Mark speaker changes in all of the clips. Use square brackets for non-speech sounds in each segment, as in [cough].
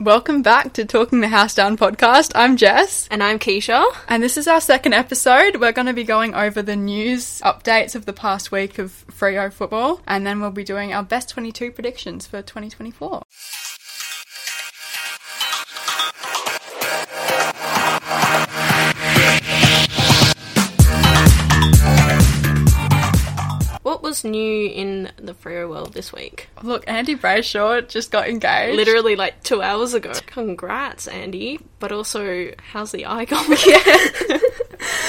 Speaker 1: Welcome back to Talking the House Down podcast. I'm Jess,
Speaker 2: And I'm Keisha.
Speaker 1: and this is our second episode. We're going to be going over the news updates of the past week of Freo football, and then we'll be doing our best 22 predictions for 2024.
Speaker 2: What was new in the Freo world this week?
Speaker 1: Look, Andy Brayshaw just got engaged.
Speaker 2: Literally like two hours ago. Congrats, Andy. But also, how's the eye [laughs] going?
Speaker 1: [laughs]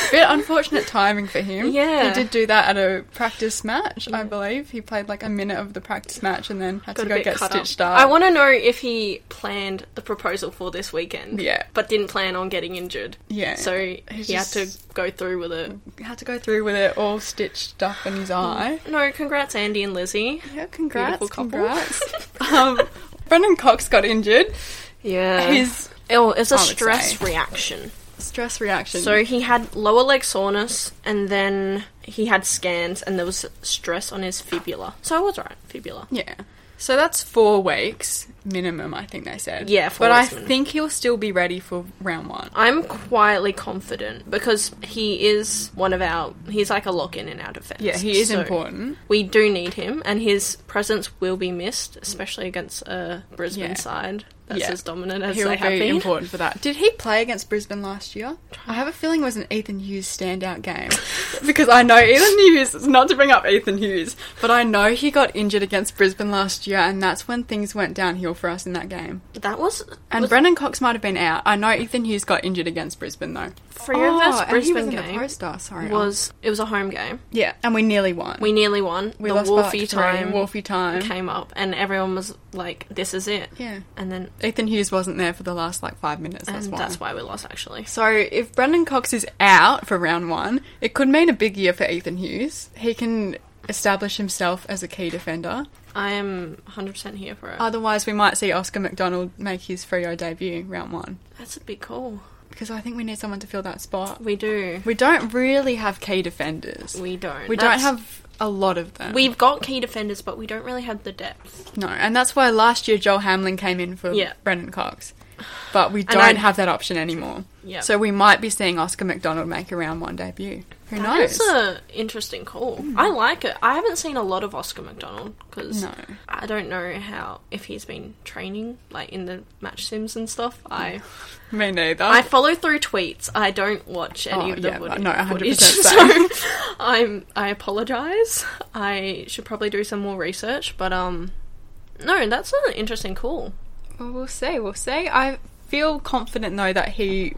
Speaker 2: Yeah.
Speaker 1: Bit unfortunate timing for him.
Speaker 2: Yeah.
Speaker 1: He did do that at a practice match, I believe. He played like a minute of the practice match and then had to go get stitched up.
Speaker 2: I want to know if he planned the proposal for this weekend.
Speaker 1: Yeah.
Speaker 2: But didn't plan on getting injured.
Speaker 1: Yeah.
Speaker 2: So he
Speaker 1: He's
Speaker 2: had to
Speaker 1: just-
Speaker 2: go through with it.
Speaker 1: had to go through with it all stitched up in
Speaker 2: Mm.
Speaker 1: his eye.
Speaker 2: No, congrats, Andy and Lizzie.
Speaker 1: Yeah, congrats,
Speaker 2: Beautiful couple.
Speaker 1: congrats. [laughs]
Speaker 2: [laughs]
Speaker 1: um, Brendan Cox got injured.
Speaker 2: Yeah.
Speaker 1: His
Speaker 2: oh, it's a
Speaker 1: I would
Speaker 2: stress
Speaker 1: say.
Speaker 2: reaction.
Speaker 1: stress reaction.
Speaker 2: So he had lower leg soreness, and then he had scans, and there was stress on his fibula. So I was right, fibula.
Speaker 1: yeah. So that's four weeks minimum, I think they said.
Speaker 2: Yeah, four
Speaker 1: but
Speaker 2: weeks
Speaker 1: I
Speaker 2: minimum.
Speaker 1: think he'll still be ready for round one.
Speaker 2: I'm quietly confident because he is one of our. He's like a lock in in our defense.
Speaker 1: Yeah, he is
Speaker 2: So
Speaker 1: important.
Speaker 2: We do need him, and his presence will be missed, especially against a Brisbane
Speaker 1: Yeah.
Speaker 2: side that's
Speaker 1: Yeah.
Speaker 2: as dominant as
Speaker 1: He'll
Speaker 2: they have
Speaker 1: be
Speaker 2: been.
Speaker 1: important for that. Did he play against Brisbane last year? I have a feeling it was an Ethan Hughes standout
Speaker 2: [laughs]
Speaker 1: game because I know Ethan Hughes. Not to bring up Ethan Hughes, but I know he got injured against Brisbane last year, and that's when things went downhill for us in that game.
Speaker 2: That was
Speaker 1: And
Speaker 2: was
Speaker 1: Brendan Cox might have been out. I know Ethan Hughes got injured against Brisbane though.
Speaker 2: Freo
Speaker 1: Oh,
Speaker 2: versus
Speaker 1: and he was
Speaker 2: Brisbane
Speaker 1: in the
Speaker 2: game
Speaker 1: Pro Star, sorry.
Speaker 2: was it was a home game.
Speaker 1: yeah, and we nearly won.
Speaker 2: We nearly won.
Speaker 1: we
Speaker 2: the
Speaker 1: lost by, like,
Speaker 2: Wolfie
Speaker 1: three.
Speaker 2: time.
Speaker 1: Wolfie time.
Speaker 2: came up and everyone was like, this is it.
Speaker 1: Yeah.
Speaker 2: And then
Speaker 1: Ethan Hughes wasn't there for the last like five minutes. That's
Speaker 2: and
Speaker 1: why.
Speaker 2: that's why we lost actually.
Speaker 1: So if Brendan Cox is out for round one, it could mean a big year for Ethan Hughes. He can establish himself as a key defender.
Speaker 2: I am 100% here for it.
Speaker 1: Otherwise, we might see Oscar McDonald make his Freo debut round one
Speaker 2: that's a big call.
Speaker 1: because I think we need someone to fill that spot.
Speaker 2: We do.
Speaker 1: We don't really have key defenders.
Speaker 2: We don't.
Speaker 1: We
Speaker 2: That's-
Speaker 1: don't have a lot of them.
Speaker 2: We've got key defenders, but we don't really have the depth.
Speaker 1: no, and that's why last year Joel Hamlin came in for
Speaker 2: Yeah.
Speaker 1: Brendan Cox. But we don't
Speaker 2: I-
Speaker 1: have that option anymore.
Speaker 2: Yeah.
Speaker 1: So we might be seeing Oscar McDonald make a round one debut. Who knows? Hmm.
Speaker 2: That's an interesting call. I like it. I haven't seen a lot of Oscar McDonald because
Speaker 1: No.
Speaker 2: I don't know how if he's been training like in the match sims and stuff. I
Speaker 1: Me neither.
Speaker 2: I follow through tweets. I don't watch any
Speaker 1: Oh,
Speaker 2: of the
Speaker 1: yeah,
Speaker 2: wood-
Speaker 1: no, 100%
Speaker 2: footage,
Speaker 1: same.
Speaker 2: [laughs] so I'm. I apologize. I should probably do some more research, but um, no, that's an interesting call.
Speaker 1: Well, we'll see. We'll see. I feel confident though that he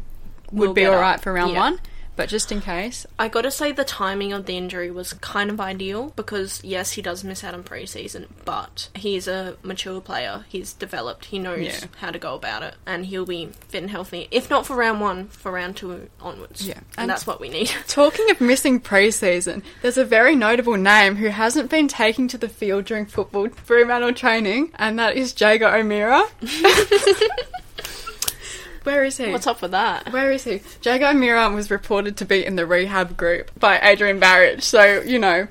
Speaker 1: would
Speaker 2: Will
Speaker 1: be
Speaker 2: get
Speaker 1: all
Speaker 2: up.
Speaker 1: right for round
Speaker 2: Yeah.
Speaker 1: one, but just in case,
Speaker 2: I gotta say the timing of the injury was kind of ideal because yes, he does miss out on preseason, but he's a mature player. He's developed. He knows
Speaker 1: Yeah.
Speaker 2: how to go about it, and he'll be fit and healthy. If not for round one, for round two onwards.
Speaker 1: Yeah.
Speaker 2: and,
Speaker 1: And-
Speaker 2: that's what we
Speaker 1: [laughs]
Speaker 2: need.
Speaker 1: Talking of missing preseason, there's a very notable name who hasn't been taken to the field during football Fremantle training, and that is Jago O'Meara. Where is he?
Speaker 2: What's up with that?
Speaker 1: Where is he? Jago O'Meara was reported to be in the rehab group by Adrian Barrett, so you know,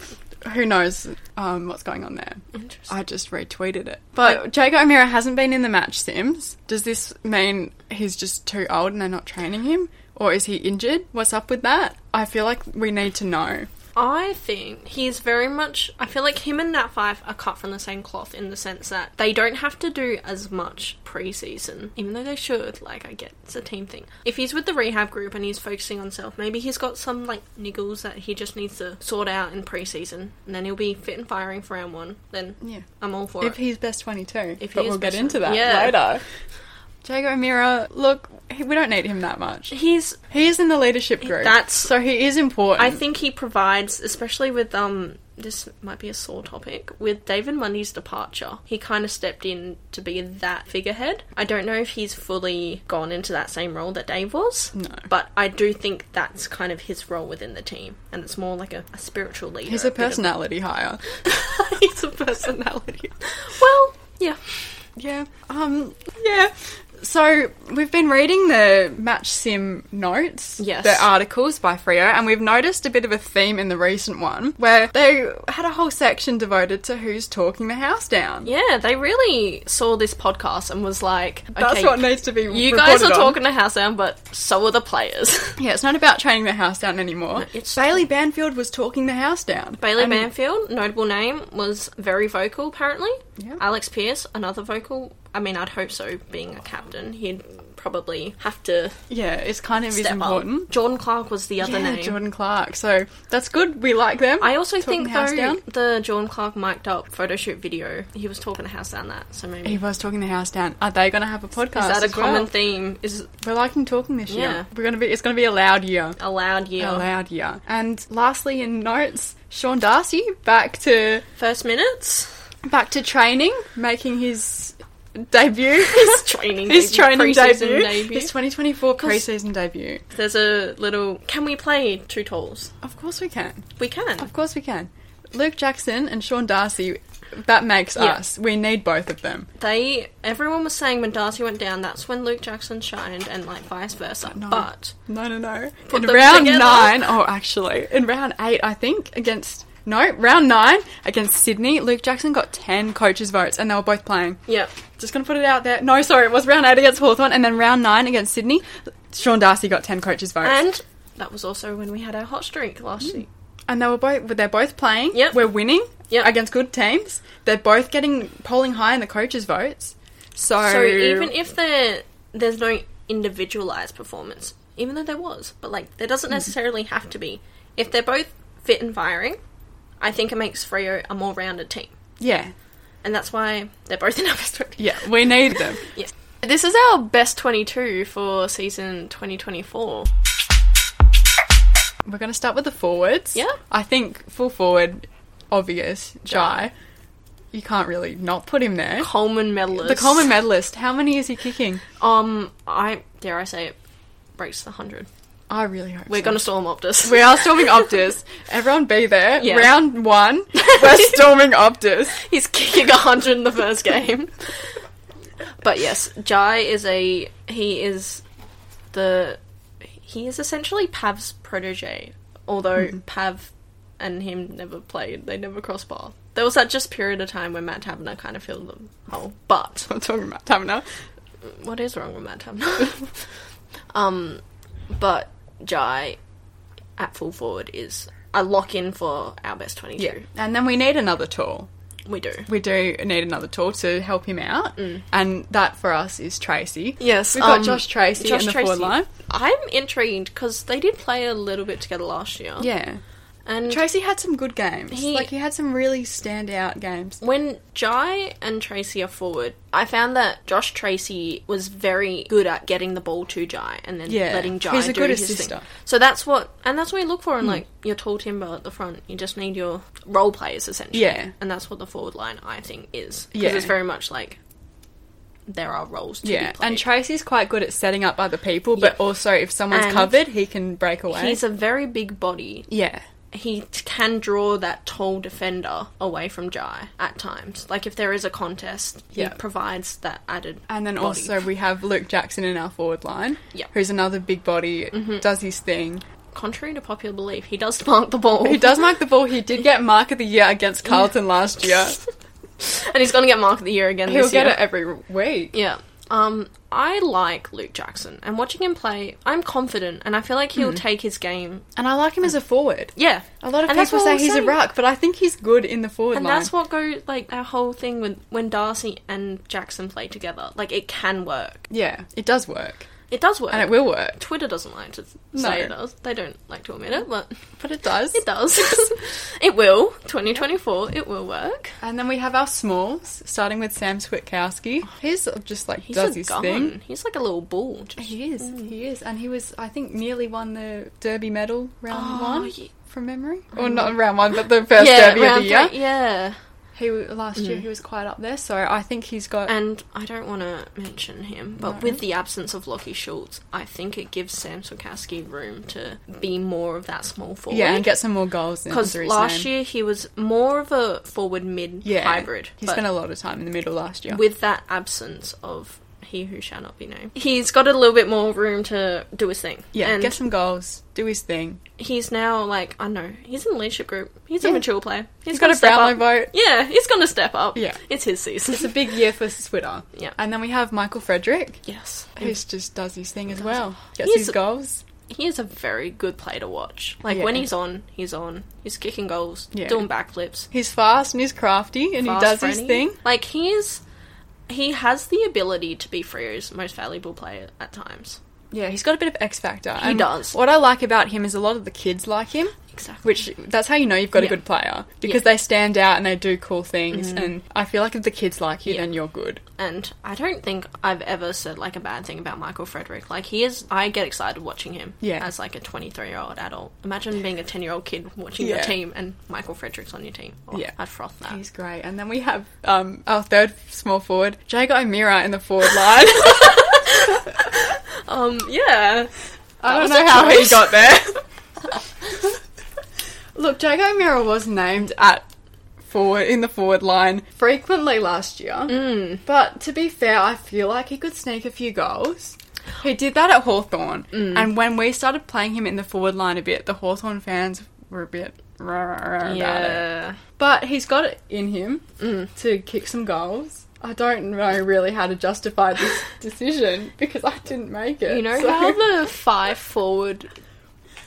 Speaker 1: who knows um, what's going on there.
Speaker 2: Interesting.
Speaker 1: I just retweeted it. But Jago O'Meara hasn't been in the match sims. Does this mean he's just too old and they're not training him? Or is he injured? What's up with that? I feel like we need to know.
Speaker 2: I think he's very much. I feel like him and Nat Five are cut from the same cloth in the sense that they don't have to do as much preseason, even though they should. Like, I get it's a team thing. If he's with the rehab group and he's focusing on himself, maybe he's got some like niggles that he just needs to sort out in preseason, and then he'll be fit and firing for round one. Then
Speaker 1: Yeah.
Speaker 2: I'm all for
Speaker 1: If
Speaker 2: it.
Speaker 1: he's best 22.
Speaker 2: If
Speaker 1: but
Speaker 2: he is
Speaker 1: we'll get
Speaker 2: best-
Speaker 1: into that
Speaker 2: yeah.
Speaker 1: later. Jago O'Meara, look, he, we don't need him that much.
Speaker 2: He's.
Speaker 1: He is in the leadership group.
Speaker 2: That's-
Speaker 1: so he is important.
Speaker 2: I think he provides, especially with um. This might be a sore topic. With David Mundy's departure, he kind of stepped in to be that figurehead. I don't know if he's fully gone into that same role that Dave was,
Speaker 1: No.
Speaker 2: but I do think that's kind of his role within the team, and it's more like a, a spiritual leader.
Speaker 1: he's a
Speaker 2: bit of- [laughs]
Speaker 1: personality hire.
Speaker 2: he's a personality. well, yeah.
Speaker 1: Yeah. Um. Yeah. So we've been reading the match sim notes,
Speaker 2: Yes.
Speaker 1: the articles by Frio, and we've noticed a bit of a theme in the recent one where they had a whole section devoted to who's talking the house down.
Speaker 2: Yeah, they really saw this podcast and was like, okay,
Speaker 1: That's what needs to be.
Speaker 2: you guys
Speaker 1: reported
Speaker 2: are
Speaker 1: on.
Speaker 2: talking to house down, but so are the players. [laughs]
Speaker 1: Yeah, it's not about training the house down anymore.
Speaker 2: it's-
Speaker 1: Bailey Banfield was talking the house down.
Speaker 2: Bailey
Speaker 1: And-
Speaker 2: Manfield, notable name, was very vocal apparently.
Speaker 1: Yeah.
Speaker 2: Alex Pierce, another vocal. I mean, I'd hope so, being a captain. He'd probably have to
Speaker 1: Yeah, it's kind of is
Speaker 2: step
Speaker 1: important.
Speaker 2: up. Jordan Clark was the other
Speaker 1: yeah,
Speaker 2: name.
Speaker 1: Jordan Clark. So that's good. We like them.
Speaker 2: I also
Speaker 1: Talking
Speaker 2: think
Speaker 1: the
Speaker 2: though
Speaker 1: house down.
Speaker 2: the Jordan Clark mic'd up photo shoot video, he was talking to house down that, so maybe
Speaker 1: He
Speaker 2: is
Speaker 1: was talking the house down. Are they going to have a podcast?
Speaker 2: that a
Speaker 1: as well?
Speaker 2: common theme? Is
Speaker 1: We're liking talking this
Speaker 2: Yeah.
Speaker 1: year. We're gonna be. It's gonna be a loud year.
Speaker 2: a loud year.
Speaker 1: A loud year. And lastly, in notes, Sean Darcy back to [laughs]
Speaker 2: First minutes.
Speaker 1: back to training, making his
Speaker 2: [laughs]
Speaker 1: debut.
Speaker 2: His training.
Speaker 1: His
Speaker 2: debut,
Speaker 1: training
Speaker 2: preseason
Speaker 1: debut, his 2024 preseason debut.
Speaker 2: There's a little. Can we play two tolls?
Speaker 1: Of course we can.
Speaker 2: We can.
Speaker 1: Of course we can. Luke Jackson and Sean Darcy. That makes
Speaker 2: Yeah.
Speaker 1: us. We need both of them.
Speaker 2: They. Everyone was saying when Darcy went down, that's when Luke Jackson shined, and like vice versa.
Speaker 1: No.
Speaker 2: But
Speaker 1: No, no, no.
Speaker 2: Put
Speaker 1: in
Speaker 2: them
Speaker 1: round
Speaker 2: together.
Speaker 1: nine, oh, actually, in round eight, I think against no round nine against Sydney, Luke Jackson got ten coaches' votes, and they were both playing.
Speaker 2: yeah,
Speaker 1: Just gonna put it out there. No, sorry, it was round eight against Hawthorn, and then round nine against Sydney. Sean Darcy got ten coaches' votes, and,
Speaker 2: and that was also when we had our hot streak last year.
Speaker 1: they were both. They're both playing.
Speaker 2: Yep.
Speaker 1: we're winning.
Speaker 2: Yep.
Speaker 1: against good teams. They're both getting polling high in the coaches' votes. So,
Speaker 2: So even if there there's no individualized performance, even though there was, but like there doesn't necessarily have to be. If they're both fit and firing, I think it makes Freo a more rounded team,
Speaker 1: yeah,
Speaker 2: and that's why they're both in our best twenty.
Speaker 1: yeah,
Speaker 2: [laughs]
Speaker 1: we need them.
Speaker 2: Yes. This is our best twenty-two for season twenty twenty-four.
Speaker 1: We're going to start with the forwards.
Speaker 2: Yeah.
Speaker 1: I think full forward, obvious,
Speaker 2: Jai.
Speaker 1: Jai. You can't really not put him there.
Speaker 2: Coleman medalist.
Speaker 1: The Coleman medalist, how many is he kicking?
Speaker 2: Um, I dare I say it breaks the hundred.
Speaker 1: I really hope
Speaker 2: We're
Speaker 1: so.
Speaker 2: gonna storm Optus.
Speaker 1: We are storming Optus. Everyone be there.
Speaker 2: Yeah.
Speaker 1: Round
Speaker 2: [laughs]
Speaker 1: one, we're storming Optus.
Speaker 2: [laughs]
Speaker 1: [laughs]
Speaker 2: He's kicking 100 in the first game. but yes, Jai is a. He is the. He is essentially Pav's protege. Although Pav and him never played, they never crossed bar. There was that just period of time when Matt Taverner kind of filled the hole. But.
Speaker 1: I'm talking about time now.
Speaker 2: What is wrong with Matt Taverner? [laughs] um, but Jai at full forward is a lock in for our best 22.
Speaker 1: Yeah. And then we need another tall.
Speaker 2: We do.
Speaker 1: We do need another tall to help him out. And that for us is Tracy.
Speaker 2: Mm. Yes,
Speaker 1: We've got
Speaker 2: um,
Speaker 1: Josh Tracy in the forward line.
Speaker 2: I'm intrigued because they did play a little bit together last year.
Speaker 1: Yeah.
Speaker 2: and
Speaker 1: Tracy had some good games.
Speaker 2: Mm. He-
Speaker 1: like he had some really standout games.
Speaker 2: when Jai and Tracy are forward, I found that Josh Tracy was very good at getting the ball to Jai and then
Speaker 1: Yeah,
Speaker 2: letting Jai
Speaker 1: he's a
Speaker 2: do
Speaker 1: good
Speaker 2: his
Speaker 1: assister. Hmm.
Speaker 2: thing. So that's what, and that's what you look for in like your tall timber at the front. You just need your role players essentially.
Speaker 1: Yeah.
Speaker 2: and that's what the forward line I think is because
Speaker 1: Yeah.
Speaker 2: it's very much like there are roles. To
Speaker 1: Yeah,
Speaker 2: be played.
Speaker 1: and Tracy's quite good at setting up other people, but
Speaker 2: Yeah.
Speaker 1: also if someone's
Speaker 2: And
Speaker 1: covered, he can break away.
Speaker 2: he's a very big body,
Speaker 1: yeah,
Speaker 2: he t- can draw that tall defender away from Jai at times. Like if there is a contest,
Speaker 1: Yeah.
Speaker 2: he provides that added.
Speaker 1: and then
Speaker 2: body.
Speaker 1: also we have Luke Jackson in our forward line,
Speaker 2: Yeah. Mm-hmm.
Speaker 1: who's another big body, does his thing.
Speaker 2: contrary to popular belief, he does mark the ball,
Speaker 1: He
Speaker 2: [laughs]
Speaker 1: does mark the ball. He did get mark of the year against Carlton last
Speaker 2: [laughs]
Speaker 1: year.
Speaker 2: and he's going to get mark of the year again.
Speaker 1: He'll
Speaker 2: this
Speaker 1: get
Speaker 2: year.
Speaker 1: it every week.
Speaker 2: Yeah. Um, I like Luke Jackson, and watching him play, I'm confident, and I feel like he'll take his game.
Speaker 1: And I like him as a forward.
Speaker 2: Yeah,
Speaker 1: Hmm. A lot of
Speaker 2: And that's
Speaker 1: people
Speaker 2: what
Speaker 1: say
Speaker 2: I'm
Speaker 1: he's
Speaker 2: saying.
Speaker 1: a ruck, but I think he's good in the forward
Speaker 2: And
Speaker 1: line.
Speaker 2: that's what goes like our whole thing with when Darcy and Jackson play together. Like it can work.
Speaker 1: yeah, it does work,
Speaker 2: It does work.
Speaker 1: and it will work,
Speaker 2: Twitter doesn't like to say
Speaker 1: No.
Speaker 2: it does. They don't like to admit it, but
Speaker 1: but it does.
Speaker 2: It does. [laughs] it will. 2024, it will work.
Speaker 1: And then we have our smalls, starting with Sam Switkowski. He's just like
Speaker 2: He's
Speaker 1: does
Speaker 2: a
Speaker 1: his
Speaker 2: gun.
Speaker 1: thing. Mm.
Speaker 2: He's like a little bull. Just,
Speaker 1: He is. He is. And he was, I think, nearly won the Derby medal round
Speaker 2: Oh,
Speaker 1: one
Speaker 2: ye-
Speaker 1: from memory. Or not round one, [laughs] but the first
Speaker 2: yeah,
Speaker 1: Derby of
Speaker 2: round
Speaker 1: the year. Mm.
Speaker 2: three, yeah.
Speaker 1: He w- last year he was quite up there, so I think he's got.
Speaker 2: And I don't want to mention him, but
Speaker 1: No.
Speaker 2: with the absence of Lockie Schultz, I think it gives Sam Sokowski room to be more of that small forward.
Speaker 1: yeah, and get some more goals.
Speaker 2: because last year he was more of a forward mid
Speaker 1: yeah,
Speaker 2: hybrid.
Speaker 1: He
Speaker 2: but
Speaker 1: spent a lot of time in the middle last year.
Speaker 2: with that absence of he who shall not be named. He's got a little bit more room to do his thing.
Speaker 1: Yeah,
Speaker 2: and
Speaker 1: get some goals, do his thing.
Speaker 2: he's now like I don't know he's in the leadership group. He's
Speaker 1: Yeah.
Speaker 2: a mature player.
Speaker 1: He's
Speaker 2: gonna
Speaker 1: got a
Speaker 2: step
Speaker 1: Brownlow
Speaker 2: up.
Speaker 1: vote.
Speaker 2: Yeah, he's gonna step up.
Speaker 1: Yeah.
Speaker 2: it's his season.
Speaker 1: It's a big year for Twitter.
Speaker 2: Yeah.
Speaker 1: And then we have Michael Frederick,
Speaker 2: [laughs] yes,
Speaker 1: who just does his thing as well. Gets
Speaker 2: He's-
Speaker 1: his goals.
Speaker 2: he is a very good player to watch. Like
Speaker 1: Yeah.
Speaker 2: when he's on, he's on. He's kicking goals,
Speaker 1: Yeah.
Speaker 2: doing backflips,
Speaker 1: He's fast and he's crafty and
Speaker 2: fast
Speaker 1: he does his
Speaker 2: running.
Speaker 1: thing.
Speaker 2: Like he is, he has the ability to be Frio's most valuable player at times.
Speaker 1: Yeah, he's got a bit of X factor. He
Speaker 2: does.
Speaker 1: What I like about him is a lot of the kids like him.
Speaker 2: Exactly.
Speaker 1: Which that's how you know you've got
Speaker 2: Yeah.
Speaker 1: a good player because they stand out and they do cool things. And I feel like if the kids like you,
Speaker 2: Yeah.
Speaker 1: then you're good.
Speaker 2: And I don't think I've ever said like a bad thing about Michael Frederick. Like he is, I get excited watching him.
Speaker 1: Yeah.
Speaker 2: As like a 23 year old adult, imagine being a 10 year old kid watching your
Speaker 1: Yeah.
Speaker 2: team and Michael Frederick's on your team. Oh,
Speaker 1: Yeah.
Speaker 2: I'd froth that.
Speaker 1: He's great. And then we have um, our third small forward, Jago O'Meara, in the [laughs] forward line.
Speaker 2: Um, yeah.
Speaker 1: I
Speaker 2: was
Speaker 1: don't
Speaker 2: a
Speaker 1: know how he
Speaker 2: choice.
Speaker 1: got there. [laughs] Look, Jago O'Meara was named at forward in the forward line frequently last year.
Speaker 2: Mm.
Speaker 1: But to be fair, I feel like he could sneak a few goals. He did that at Hawthorn,
Speaker 2: Mm.
Speaker 1: And when we started playing him in the forward line a bit, the Hawthorn fans were a bit rah, rah, rah about it.
Speaker 2: Yeah. Mm.
Speaker 1: But he's got it in him to kick some goals. I don't know really how to justify
Speaker 2: [laughs]
Speaker 1: this decision because I didn't make it.
Speaker 2: You know
Speaker 1: so- [laughs]
Speaker 2: how the five forward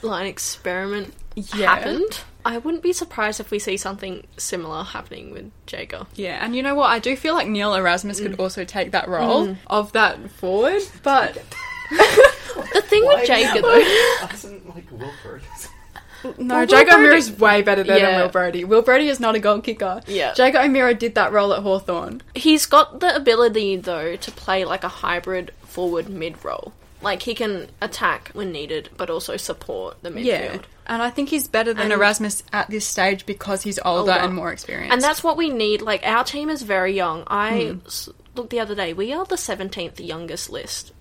Speaker 2: line experiment
Speaker 1: Yeah.
Speaker 2: happened? I wouldn't be surprised if we see something similar happening with Jago.
Speaker 1: Yeah, and you know what? I do feel like Neil Erasmus could
Speaker 2: Mm.
Speaker 1: also take that role of that forward,
Speaker 2: [laughs]
Speaker 1: but [laughs]
Speaker 2: The thing with Jago though,
Speaker 3: Isn't like Wilford.
Speaker 1: no,
Speaker 2: Well, Will
Speaker 1: Jago O'Meara
Speaker 2: Brody-
Speaker 1: is way better there
Speaker 2: Yeah.
Speaker 1: than Will Brody. Will Brody is not a goal kicker.
Speaker 2: Yeah.
Speaker 1: Jago O'Meara did that role at Hawthorn.
Speaker 2: He's got the ability though to play like a hybrid forward mid role. Like he can attack when needed, but also support the midfield.
Speaker 1: Yeah, and I think he's better than
Speaker 2: And-
Speaker 1: Erasmus at this stage because he's older
Speaker 2: Older.
Speaker 1: and more experienced. Hmm.
Speaker 2: And that's what we need. Like our team is very young. I s- looked the other day. We are the seventeenth youngest list.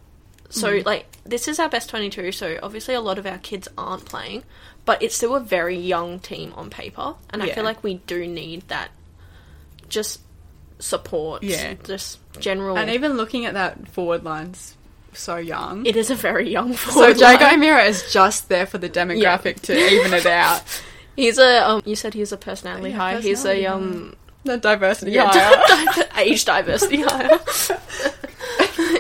Speaker 2: So
Speaker 1: Hmm.
Speaker 2: like this is our best twenty-two. So obviously a lot of our kids aren't playing, but it's still a very young team on paper. And I
Speaker 1: Yeah.
Speaker 2: feel like we do need that. Just support.
Speaker 1: Yeah.
Speaker 2: Just general.
Speaker 1: and even looking at that forward line's so young.
Speaker 2: it is a very young
Speaker 1: so
Speaker 2: forward.
Speaker 1: Jago
Speaker 2: line.
Speaker 1: O'Meara is just there for the demographic
Speaker 2: [laughs]
Speaker 1: to even it out.
Speaker 2: He's a um, you said he's a personality
Speaker 1: Yeah,
Speaker 2: high. He's a
Speaker 1: personality
Speaker 2: um
Speaker 1: The diversity
Speaker 2: yeah,
Speaker 1: higher.
Speaker 2: [laughs] age diversity higher.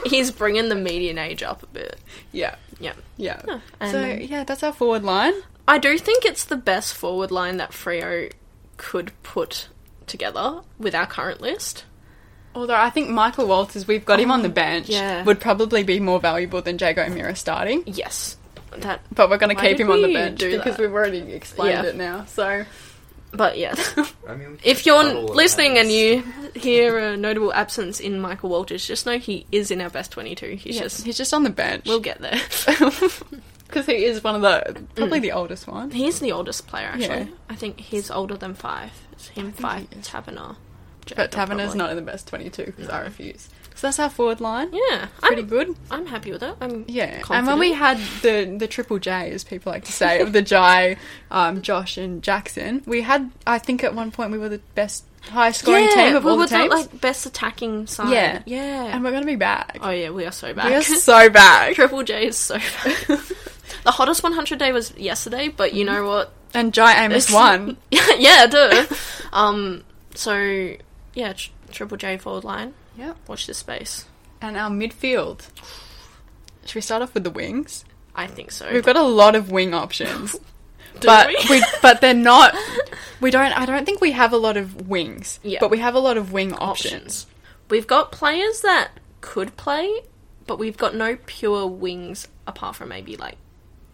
Speaker 2: he's bringing the median age up a bit.
Speaker 1: [laughs] yeah,
Speaker 2: Yeah.
Speaker 1: yeah.
Speaker 2: and-
Speaker 1: so yeah, that's our forward line.
Speaker 2: I do think it's the best forward line that Freo could put together with our current list.
Speaker 1: Although I think Michael Walters, we've got him on the bench,
Speaker 2: Oh, yeah.
Speaker 1: would probably be more valuable than Jago O'Meara starting.
Speaker 2: Yes. That
Speaker 1: But we're going to
Speaker 2: Why
Speaker 1: keep
Speaker 2: did
Speaker 1: him on the
Speaker 2: we
Speaker 1: bench
Speaker 2: do
Speaker 1: because
Speaker 2: that?
Speaker 1: we've already explained
Speaker 2: Yeah.
Speaker 1: it now. So [laughs]
Speaker 2: but yes.
Speaker 3: I mean, we can
Speaker 2: If you're
Speaker 3: cuddle
Speaker 2: listening and
Speaker 3: hands.
Speaker 2: you hear a notable absence in Michael Walters, just know he is in our best 22. He's just
Speaker 1: he's just on the bench
Speaker 2: we'll [laughs] get there.
Speaker 1: [laughs] because he is one of the probably
Speaker 2: Mm.
Speaker 1: the oldest one.
Speaker 2: He's the oldest player, actually.
Speaker 1: Yeah.
Speaker 2: I think he's older than five. It's him, five,
Speaker 1: he is.
Speaker 2: Taverner.
Speaker 1: But
Speaker 2: Jacob,
Speaker 1: Taverner's
Speaker 2: probably.
Speaker 1: not in the best twenty-two because I refuse. So that's our forward line.
Speaker 2: Yeah,
Speaker 1: Pretty
Speaker 2: I'm,
Speaker 1: good,
Speaker 2: I'm happy with it. I'm
Speaker 1: yeah.
Speaker 2: confident.
Speaker 1: And when we had the the triple J, as people like to say, of the Jai, um, Josh and Jackson, we had I think at one point we were the best high scoring
Speaker 2: yeah,
Speaker 1: team of
Speaker 2: we
Speaker 1: all
Speaker 2: were
Speaker 1: the teams,
Speaker 2: like best attacking side.
Speaker 1: Yeah.
Speaker 2: yeah.
Speaker 1: and we're going to be back.
Speaker 2: oh yeah, we are so
Speaker 1: We are
Speaker 2: bad. [laughs]
Speaker 1: so back.
Speaker 2: Triple J is so
Speaker 1: [laughs]
Speaker 2: bad. the hottest 100 day was yesterday, but
Speaker 1: Mm-hmm.
Speaker 2: you know what? [laughs]
Speaker 1: And Jai Amos
Speaker 2: It's-
Speaker 1: won.
Speaker 2: yeah, duh. um, so yeah, tr- Triple J forward line.
Speaker 1: Yep.
Speaker 2: Watch this space.
Speaker 1: And our midfield. Should we start off with the wings?
Speaker 2: I think so.
Speaker 1: We've got a lot of wing options.
Speaker 2: Do
Speaker 1: but
Speaker 2: we?
Speaker 1: we? but they're
Speaker 2: [laughs]
Speaker 1: not we don't I don't think we have a lot of wings.
Speaker 2: Yeah.
Speaker 1: But we have a lot of wing options.
Speaker 2: We've got players that could play, but we've got no pure wings apart from maybe like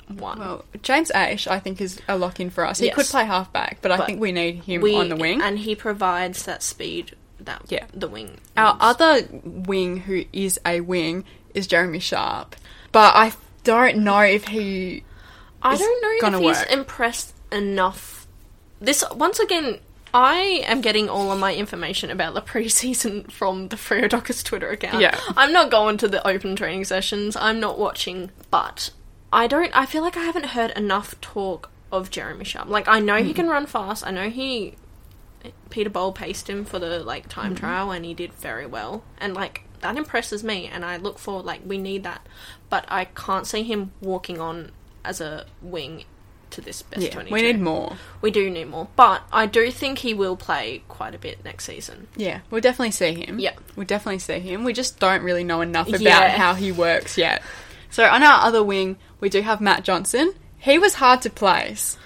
Speaker 2: one.
Speaker 1: Well, James Ash I think is a lock in for us. He
Speaker 2: Yes.
Speaker 1: could play halfback, but, I
Speaker 2: But
Speaker 1: think we need him
Speaker 2: We-
Speaker 1: on the wing.
Speaker 2: and he provides that speed that
Speaker 1: Yeah.
Speaker 2: the wing.
Speaker 1: Our
Speaker 2: needs.
Speaker 1: other wing, who is a wing, is Jeremy Sharp. But I don't know if he
Speaker 2: I
Speaker 1: is
Speaker 2: don't know
Speaker 1: gonna
Speaker 2: if he's
Speaker 1: work.
Speaker 2: impressed enough. This once again, I am getting all of my information about the [laughs] preseason from the Freo Dockers Twitter account.
Speaker 1: Yeah.
Speaker 2: I'm not going to the open training sessions. I'm not watching, but I don't. I feel like I haven't heard enough talk of Jeremy Sharp. Like I know
Speaker 1: Hmm.
Speaker 2: he can run fast. I know he.
Speaker 1: Mm-hmm.
Speaker 2: Peter Bowl paced him for the like time trial, and he did very well. And like that impresses me, and I look for like we need that, but I can't see him walking on as a wing to this best
Speaker 1: Yeah,
Speaker 2: 22.
Speaker 1: we need more.
Speaker 2: We do need more, but I do think he will play quite a bit next season.
Speaker 1: Yeah, we'll definitely see him.
Speaker 2: Yeah.
Speaker 1: We'll definitely see him. We just don't really know enough about
Speaker 2: Yeah.
Speaker 1: how he works yet. So on our other wing, we do have Matt Johnson. He was hard to place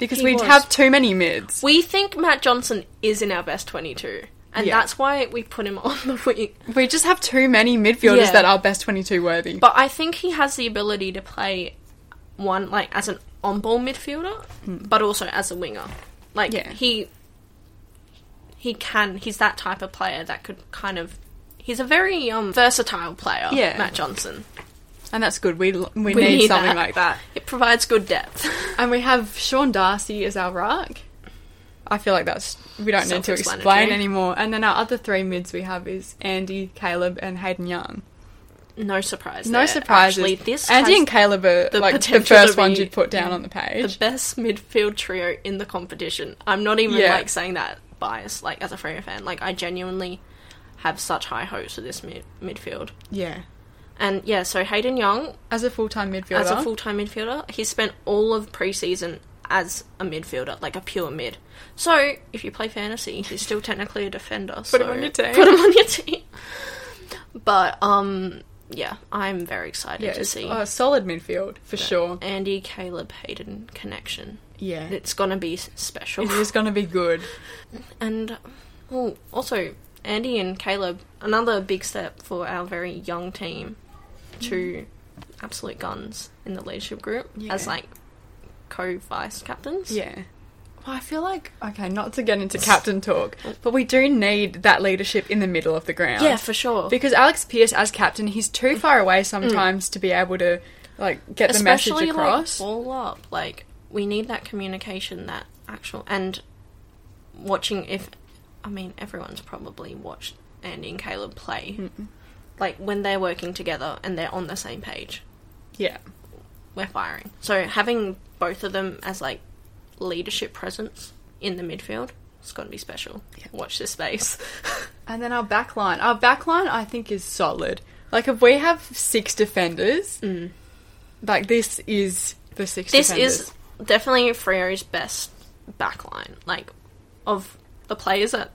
Speaker 1: because
Speaker 2: He
Speaker 1: we
Speaker 2: was.
Speaker 1: have too many mids.
Speaker 2: We think Matt Johnson is in our best 22, and
Speaker 1: Yeah.
Speaker 2: that's why we put him [laughs] on the wing.
Speaker 1: We just have too many midfielders
Speaker 2: Yeah.
Speaker 1: that are best 22 worthy.
Speaker 2: But I think he has the ability to play one like as an on-ball midfielder, but also as a winger. Like
Speaker 1: Hmm. Yeah.
Speaker 2: he he can he's that type of player that could kind of he's a very um versatile player,
Speaker 1: Yeah.
Speaker 2: Matt Johnson.
Speaker 1: and that's good. We, l- we,
Speaker 2: We
Speaker 1: need,
Speaker 2: need
Speaker 1: something
Speaker 2: that.
Speaker 1: like that.
Speaker 2: It provides good depth.
Speaker 1: And we have Sean Darcy as our ruck. I feel like that's we don't need to explain
Speaker 2: Self-explanatory.
Speaker 1: anymore. And then our other three mids we have is Andy, Caleb, and Hayden Young.
Speaker 2: [laughs] no surprise.
Speaker 1: No
Speaker 2: there.
Speaker 1: surprises.
Speaker 2: Actually, this
Speaker 1: Andy
Speaker 2: has
Speaker 1: and Caleb are
Speaker 2: the
Speaker 1: like the
Speaker 2: potential to
Speaker 1: first ones
Speaker 2: be
Speaker 1: you'd put down on the page.
Speaker 2: the best midfield trio in the competition. I'm not even
Speaker 1: Yeah.
Speaker 2: like saying that biased like as a Freo fan. Like I genuinely have such high hopes for this mid- midfield.
Speaker 1: yeah.
Speaker 2: And yeah, so Hayden Young
Speaker 1: As a full time midfielder.
Speaker 2: as a full time midfielder, he spent all of preseason as a midfielder, like a pure mid. So if you play fantasy, he's still technically a defender. Put
Speaker 1: him on your team.
Speaker 2: Put him on your team. [laughs] But um, yeah, I'm very excited
Speaker 1: yeah,
Speaker 2: to
Speaker 1: it's oh,
Speaker 2: see
Speaker 1: a solid midfield for sure.
Speaker 2: Andy Caleb Hayden connection.
Speaker 1: Yeah.
Speaker 2: It's gonna be s-
Speaker 1: [laughs]
Speaker 2: special.
Speaker 1: It is gonna be good.
Speaker 2: And oh, also Andy and Caleb, another big step for our very young team to absolute guns in the leadership group as
Speaker 1: Yeah.
Speaker 2: like co vice captains.
Speaker 1: Yeah. Well, I feel like okay, not to get into captain talk, but we do need that leadership in the middle of the ground.
Speaker 2: Yeah, for sure. Mm.
Speaker 1: Because Alex Pierce as captain, he's too far away sometimes to be able to like get the message across.
Speaker 2: like ball up. Like we need that communication, that actual and watching if I mean everyone's probably watched Andy and Caleb play. Like when they're working together and they're on the same page.
Speaker 1: yeah.
Speaker 2: we're firing. So having both of them as like leadership presence in the midfield, it's going to be special. Watch this space. [laughs]
Speaker 1: And then our back line. Our back line, I think, is solid. Like, if we have six defenders, like, this is the six
Speaker 2: Mm. this
Speaker 1: defenders.
Speaker 2: is definitely Freo's best backline. Like of the players that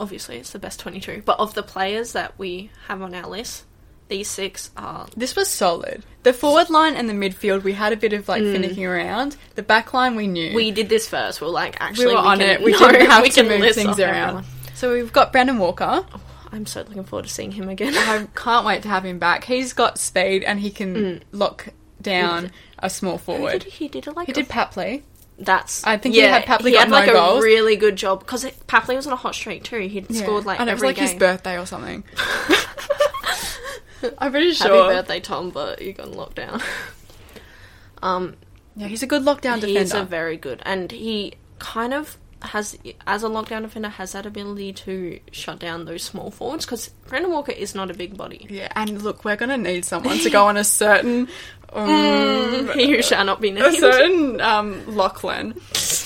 Speaker 2: obviously it's the best 22, but of the players that we have on our list, these six are
Speaker 1: This was solid. The forward line and the midfield, we had a bit of, like, finicking around. The back line, we knew.
Speaker 2: Mm. we did this first. We're like
Speaker 1: we
Speaker 2: actually
Speaker 1: were on
Speaker 2: can- [laughs]
Speaker 1: it. We
Speaker 2: no,
Speaker 1: didn't have
Speaker 2: we
Speaker 1: to
Speaker 2: can
Speaker 1: move
Speaker 2: list
Speaker 1: things
Speaker 2: off
Speaker 1: around.
Speaker 2: everyone.
Speaker 1: So we've got Brandon
Speaker 2: [laughs]
Speaker 1: Walker.
Speaker 2: I'm so looking forward to seeing him again.
Speaker 1: I
Speaker 2: [laughs]
Speaker 1: can't wait to have him back. He's got speed and he can
Speaker 2: Mm.
Speaker 1: lock down a small
Speaker 2: He did,
Speaker 1: forward.
Speaker 2: he did like
Speaker 1: He
Speaker 2: a
Speaker 1: did pat play.
Speaker 2: That's
Speaker 1: I think he had Papley got no
Speaker 2: like
Speaker 1: goals.
Speaker 2: a really good job because Papley was on a hot streak too. He'd scored like
Speaker 1: and it was
Speaker 2: every
Speaker 1: like his [laughs]
Speaker 2: game. [laughs]
Speaker 1: birthday or something. I'm pretty
Speaker 2: Happy
Speaker 1: sure.
Speaker 2: birthday, Tom! But you got locked down. [laughs] um,
Speaker 1: Yeah, he's a good lockdown defender.
Speaker 2: he's a very good, and he kind of has as a lockdown defender has that ability to shut down those small forwards because Brandon Walker is not a big body.
Speaker 1: yeah, and look, we're gonna need someone to go on a
Speaker 2: [laughs]
Speaker 1: certain, um,
Speaker 2: He who Mm, shall not be
Speaker 1: a
Speaker 2: named.
Speaker 1: certain um, Lachlan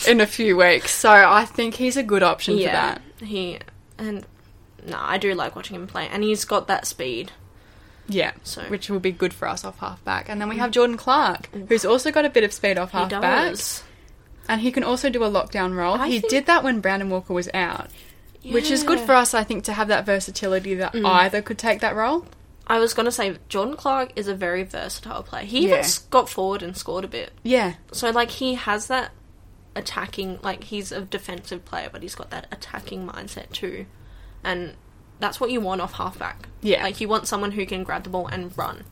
Speaker 1: in a few weeks. So I think he's a good option for
Speaker 2: yeah,
Speaker 1: that.
Speaker 2: he and no, I do like watching him play, and he's got that speed.
Speaker 1: Yeah,
Speaker 2: So-
Speaker 1: which will be good for us off halfback. And then we have Jordan Clark, who's also got a bit of speed off
Speaker 2: He
Speaker 1: halfback,
Speaker 2: does.
Speaker 1: and he can also do a lockdown role.
Speaker 2: I
Speaker 1: he
Speaker 2: think-
Speaker 1: did that when Brandon Walker was out. Which is good
Speaker 2: Yeah. Mm.
Speaker 1: for us, I think, to have that versatility that either could take that role.
Speaker 2: I was gonna say Jordan Clark is a very versatile player. He even
Speaker 1: Yeah.
Speaker 2: s- got forward and scored a bit.
Speaker 1: Yeah,
Speaker 2: So like he has that attacking like he's a defensive player, but he's got that attacking mindset too. And that's what you want off halfback.
Speaker 1: Yeah.
Speaker 2: Like you want someone who can grab the ball and run.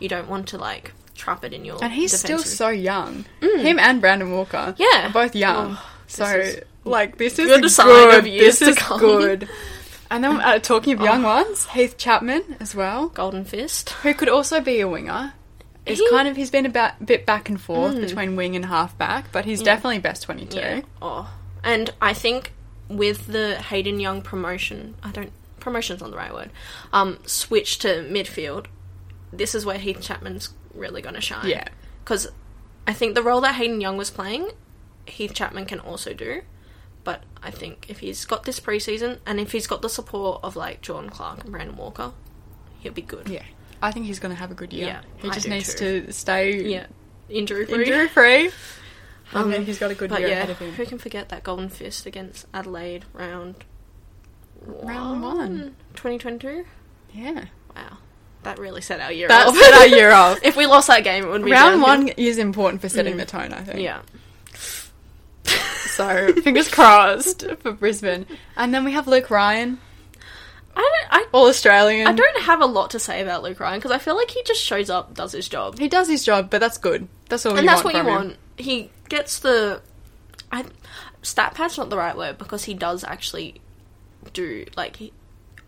Speaker 2: You don't want to like trap it in your
Speaker 1: and he's still
Speaker 2: defensive- Mm.
Speaker 1: so young. Him and Brandon Walker,
Speaker 2: Yeah.
Speaker 1: are both young.
Speaker 2: Oh,
Speaker 1: so
Speaker 2: this is
Speaker 1: like this is
Speaker 2: good
Speaker 1: good.
Speaker 2: sign of years
Speaker 1: this
Speaker 2: to
Speaker 1: is
Speaker 2: come.
Speaker 1: good. [laughs] And then uh, talking of young ones, Heath Chapman as well,
Speaker 2: golden fist.
Speaker 1: who could also be a winger. It's
Speaker 2: He-
Speaker 1: kind of he's been a ba- bit back and forth between wing and halfback, but he's definitely best twenty two.
Speaker 2: Yeah. Oh. And I think with the Hayden Young promotion, I don't promotion's not the right word. Um, switch to midfield. This is where Heath Chapman's really going to shine.
Speaker 1: Yeah.
Speaker 2: Because I think the role that Hayden Young was playing, Heath Chapman can also do. But I think if he's got this preseason and if he's got the support of like Jordan Clark and Brandon Walker, he'll be good.
Speaker 1: Yeah. I think he's going to have a good year.
Speaker 2: Yeah,
Speaker 1: he
Speaker 2: I
Speaker 1: just
Speaker 2: do
Speaker 1: needs
Speaker 2: too.
Speaker 1: to stay
Speaker 2: Yeah. Injury free.
Speaker 1: injury free.
Speaker 2: Um,
Speaker 1: and then he's got a good
Speaker 2: But
Speaker 1: year
Speaker 2: yeah,
Speaker 1: ahead of
Speaker 2: who
Speaker 1: him.
Speaker 2: can forget that golden fist against Adelaide round
Speaker 1: Round one.
Speaker 2: 2022?
Speaker 1: Yeah.
Speaker 2: Wow. That really set our year
Speaker 1: That
Speaker 2: off.
Speaker 1: set our
Speaker 2: [laughs]
Speaker 1: year off.
Speaker 2: if we lost that game, it would be
Speaker 1: Round
Speaker 2: downhill.
Speaker 1: one is important for setting
Speaker 2: Mm.
Speaker 1: the tone, I think.
Speaker 2: Yeah. [laughs]
Speaker 1: So fingers crossed for Brisbane. And then we have Luke Ryan,
Speaker 2: I don't. I,
Speaker 1: all Australian.
Speaker 2: I don't have a lot to say about Luke Ryan because I feel like he just shows up, does his job,
Speaker 1: He does his job, but that's good. That's all.
Speaker 2: and
Speaker 1: you
Speaker 2: that's
Speaker 1: want
Speaker 2: what you
Speaker 1: from him.
Speaker 2: want. He gets the, I, stat pad's not the right word because he does actually do like he,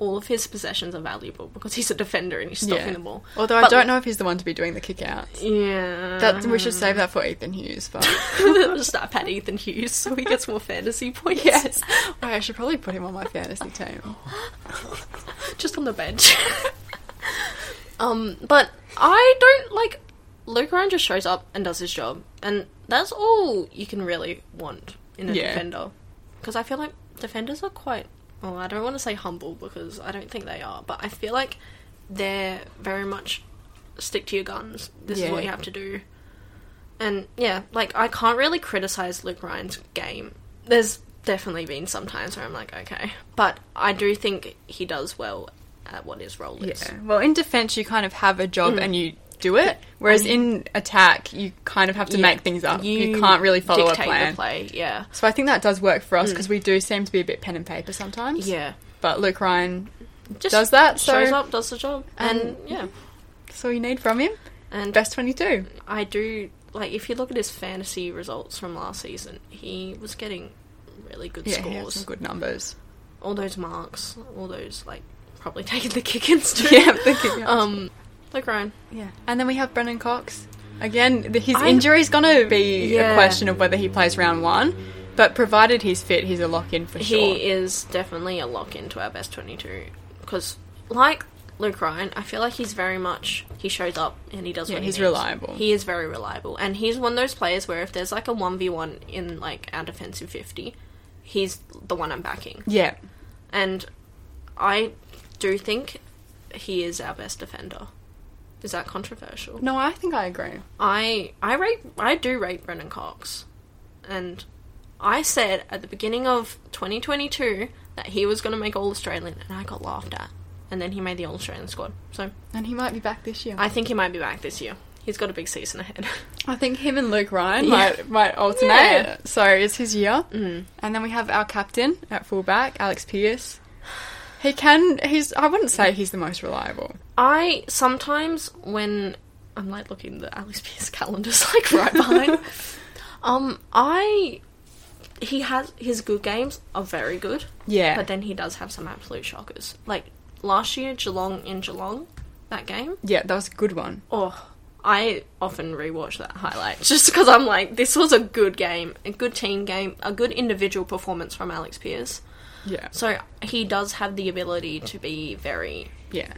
Speaker 2: all of his possessions are valuable because he's a defender and he's stopping
Speaker 1: Yeah.
Speaker 2: the ball.
Speaker 1: Although I
Speaker 2: But-
Speaker 1: don't know if he's the one to be doing the kick out.
Speaker 2: Yeah,
Speaker 1: That we should [laughs] save that for Ethan Hughes. But [laughs]
Speaker 2: [laughs] stat pad Ethan Hughes so he gets more fantasy points.
Speaker 1: yes, Wait, I should probably put him on my fantasy team.
Speaker 2: [laughs] just on the bench. um, but I don't like Luke Ryan just shows up and does his job, and that's all you can really want in a
Speaker 1: Yeah.
Speaker 2: defender. Because I feel like defenders are quite. Oh, I don't want to say humble because I don't think they are, but I feel like they're very much stick to your guns. This is
Speaker 1: Yeah.
Speaker 2: what you have to do. And yeah, like I can't really criticize Luke Ryan's game. There's definitely been some times where I'm like, okay, but I do think he does well at what his role is.
Speaker 1: Yeah. Well, in defence, you kind of have a job
Speaker 2: Mm.
Speaker 1: and you do it. Whereas in attack, you kind of have to
Speaker 2: Yeah.
Speaker 1: make things up. You, can't really follow a
Speaker 2: dictate the
Speaker 1: plan.
Speaker 2: play, yeah,
Speaker 1: So I think that does work for us because we do seem to be a bit pen and paper sometimes.
Speaker 2: yeah.
Speaker 1: But Luke Ryan,
Speaker 2: Just
Speaker 1: Does that, so-
Speaker 2: shows up, does the job, and,
Speaker 1: And-
Speaker 2: yeah,
Speaker 1: that's all you need from him.
Speaker 2: and
Speaker 1: Best twenty-two.
Speaker 2: I do like if you look at his fantasy results from last season, he was getting really good
Speaker 1: Yeah, he had
Speaker 2: scores.
Speaker 1: some good numbers.
Speaker 2: all those marks, all those like probably [laughs] taking the kick-ins too.
Speaker 1: Yeah, the kick-ins.
Speaker 2: Um, like Ryan.
Speaker 1: Yeah. And then we have Brendan Cox. Again, the, his
Speaker 2: I-
Speaker 1: injury's going to be a
Speaker 2: Yeah.
Speaker 1: question of whether he plays round one, but provided he's fit, he's a lock in for sure.
Speaker 2: He is definitely a lock into our best 22 because, like Luke Ryan, I feel like he's very much he shows up and he does
Speaker 1: Yeah,
Speaker 2: what he
Speaker 1: he's
Speaker 2: needs.
Speaker 1: reliable.
Speaker 2: He is very reliable, and he's one of those players where if there's like a one v one in like our defensive 50, he's the one I'm backing,
Speaker 1: Yeah.
Speaker 2: and I do think he is our best defender. Is that controversial?
Speaker 1: No, I think I agree.
Speaker 2: I I rate I do rate Brendan Cox, and I said at the beginning of 2022 that he was going to make All Australian, and I got laughed at. And then he made the All Australian squad, so
Speaker 1: And he might be back this year.
Speaker 2: I think he might be back this year. He's got a big season ahead. [laughs]
Speaker 1: I think him and Luke Ryan
Speaker 2: Yeah.
Speaker 1: might,
Speaker 2: [laughs]
Speaker 1: might alternate.
Speaker 2: Yeah.
Speaker 1: So it's his year.
Speaker 2: Mm.
Speaker 1: And then we have our captain at fullback, Alex Pierce. He can, he's, I wouldn't say he's the most reliable.
Speaker 2: I sometimes when I'm like looking at the Alex Pierce calendars [laughs] like right behind. um, I he has his good games are very good.
Speaker 1: Yeah.
Speaker 2: But then he does have some absolute shockers. Like last year, Geelong in Geelong, that game.
Speaker 1: yeah, that was a good one.
Speaker 2: Oh, I often rewatch that highlight [laughs] just because I'm like, this was a good game, a good team game, a good individual performance from Alex Pierce.
Speaker 1: Yeah.
Speaker 2: So he does have the ability to be very.
Speaker 1: Yeah.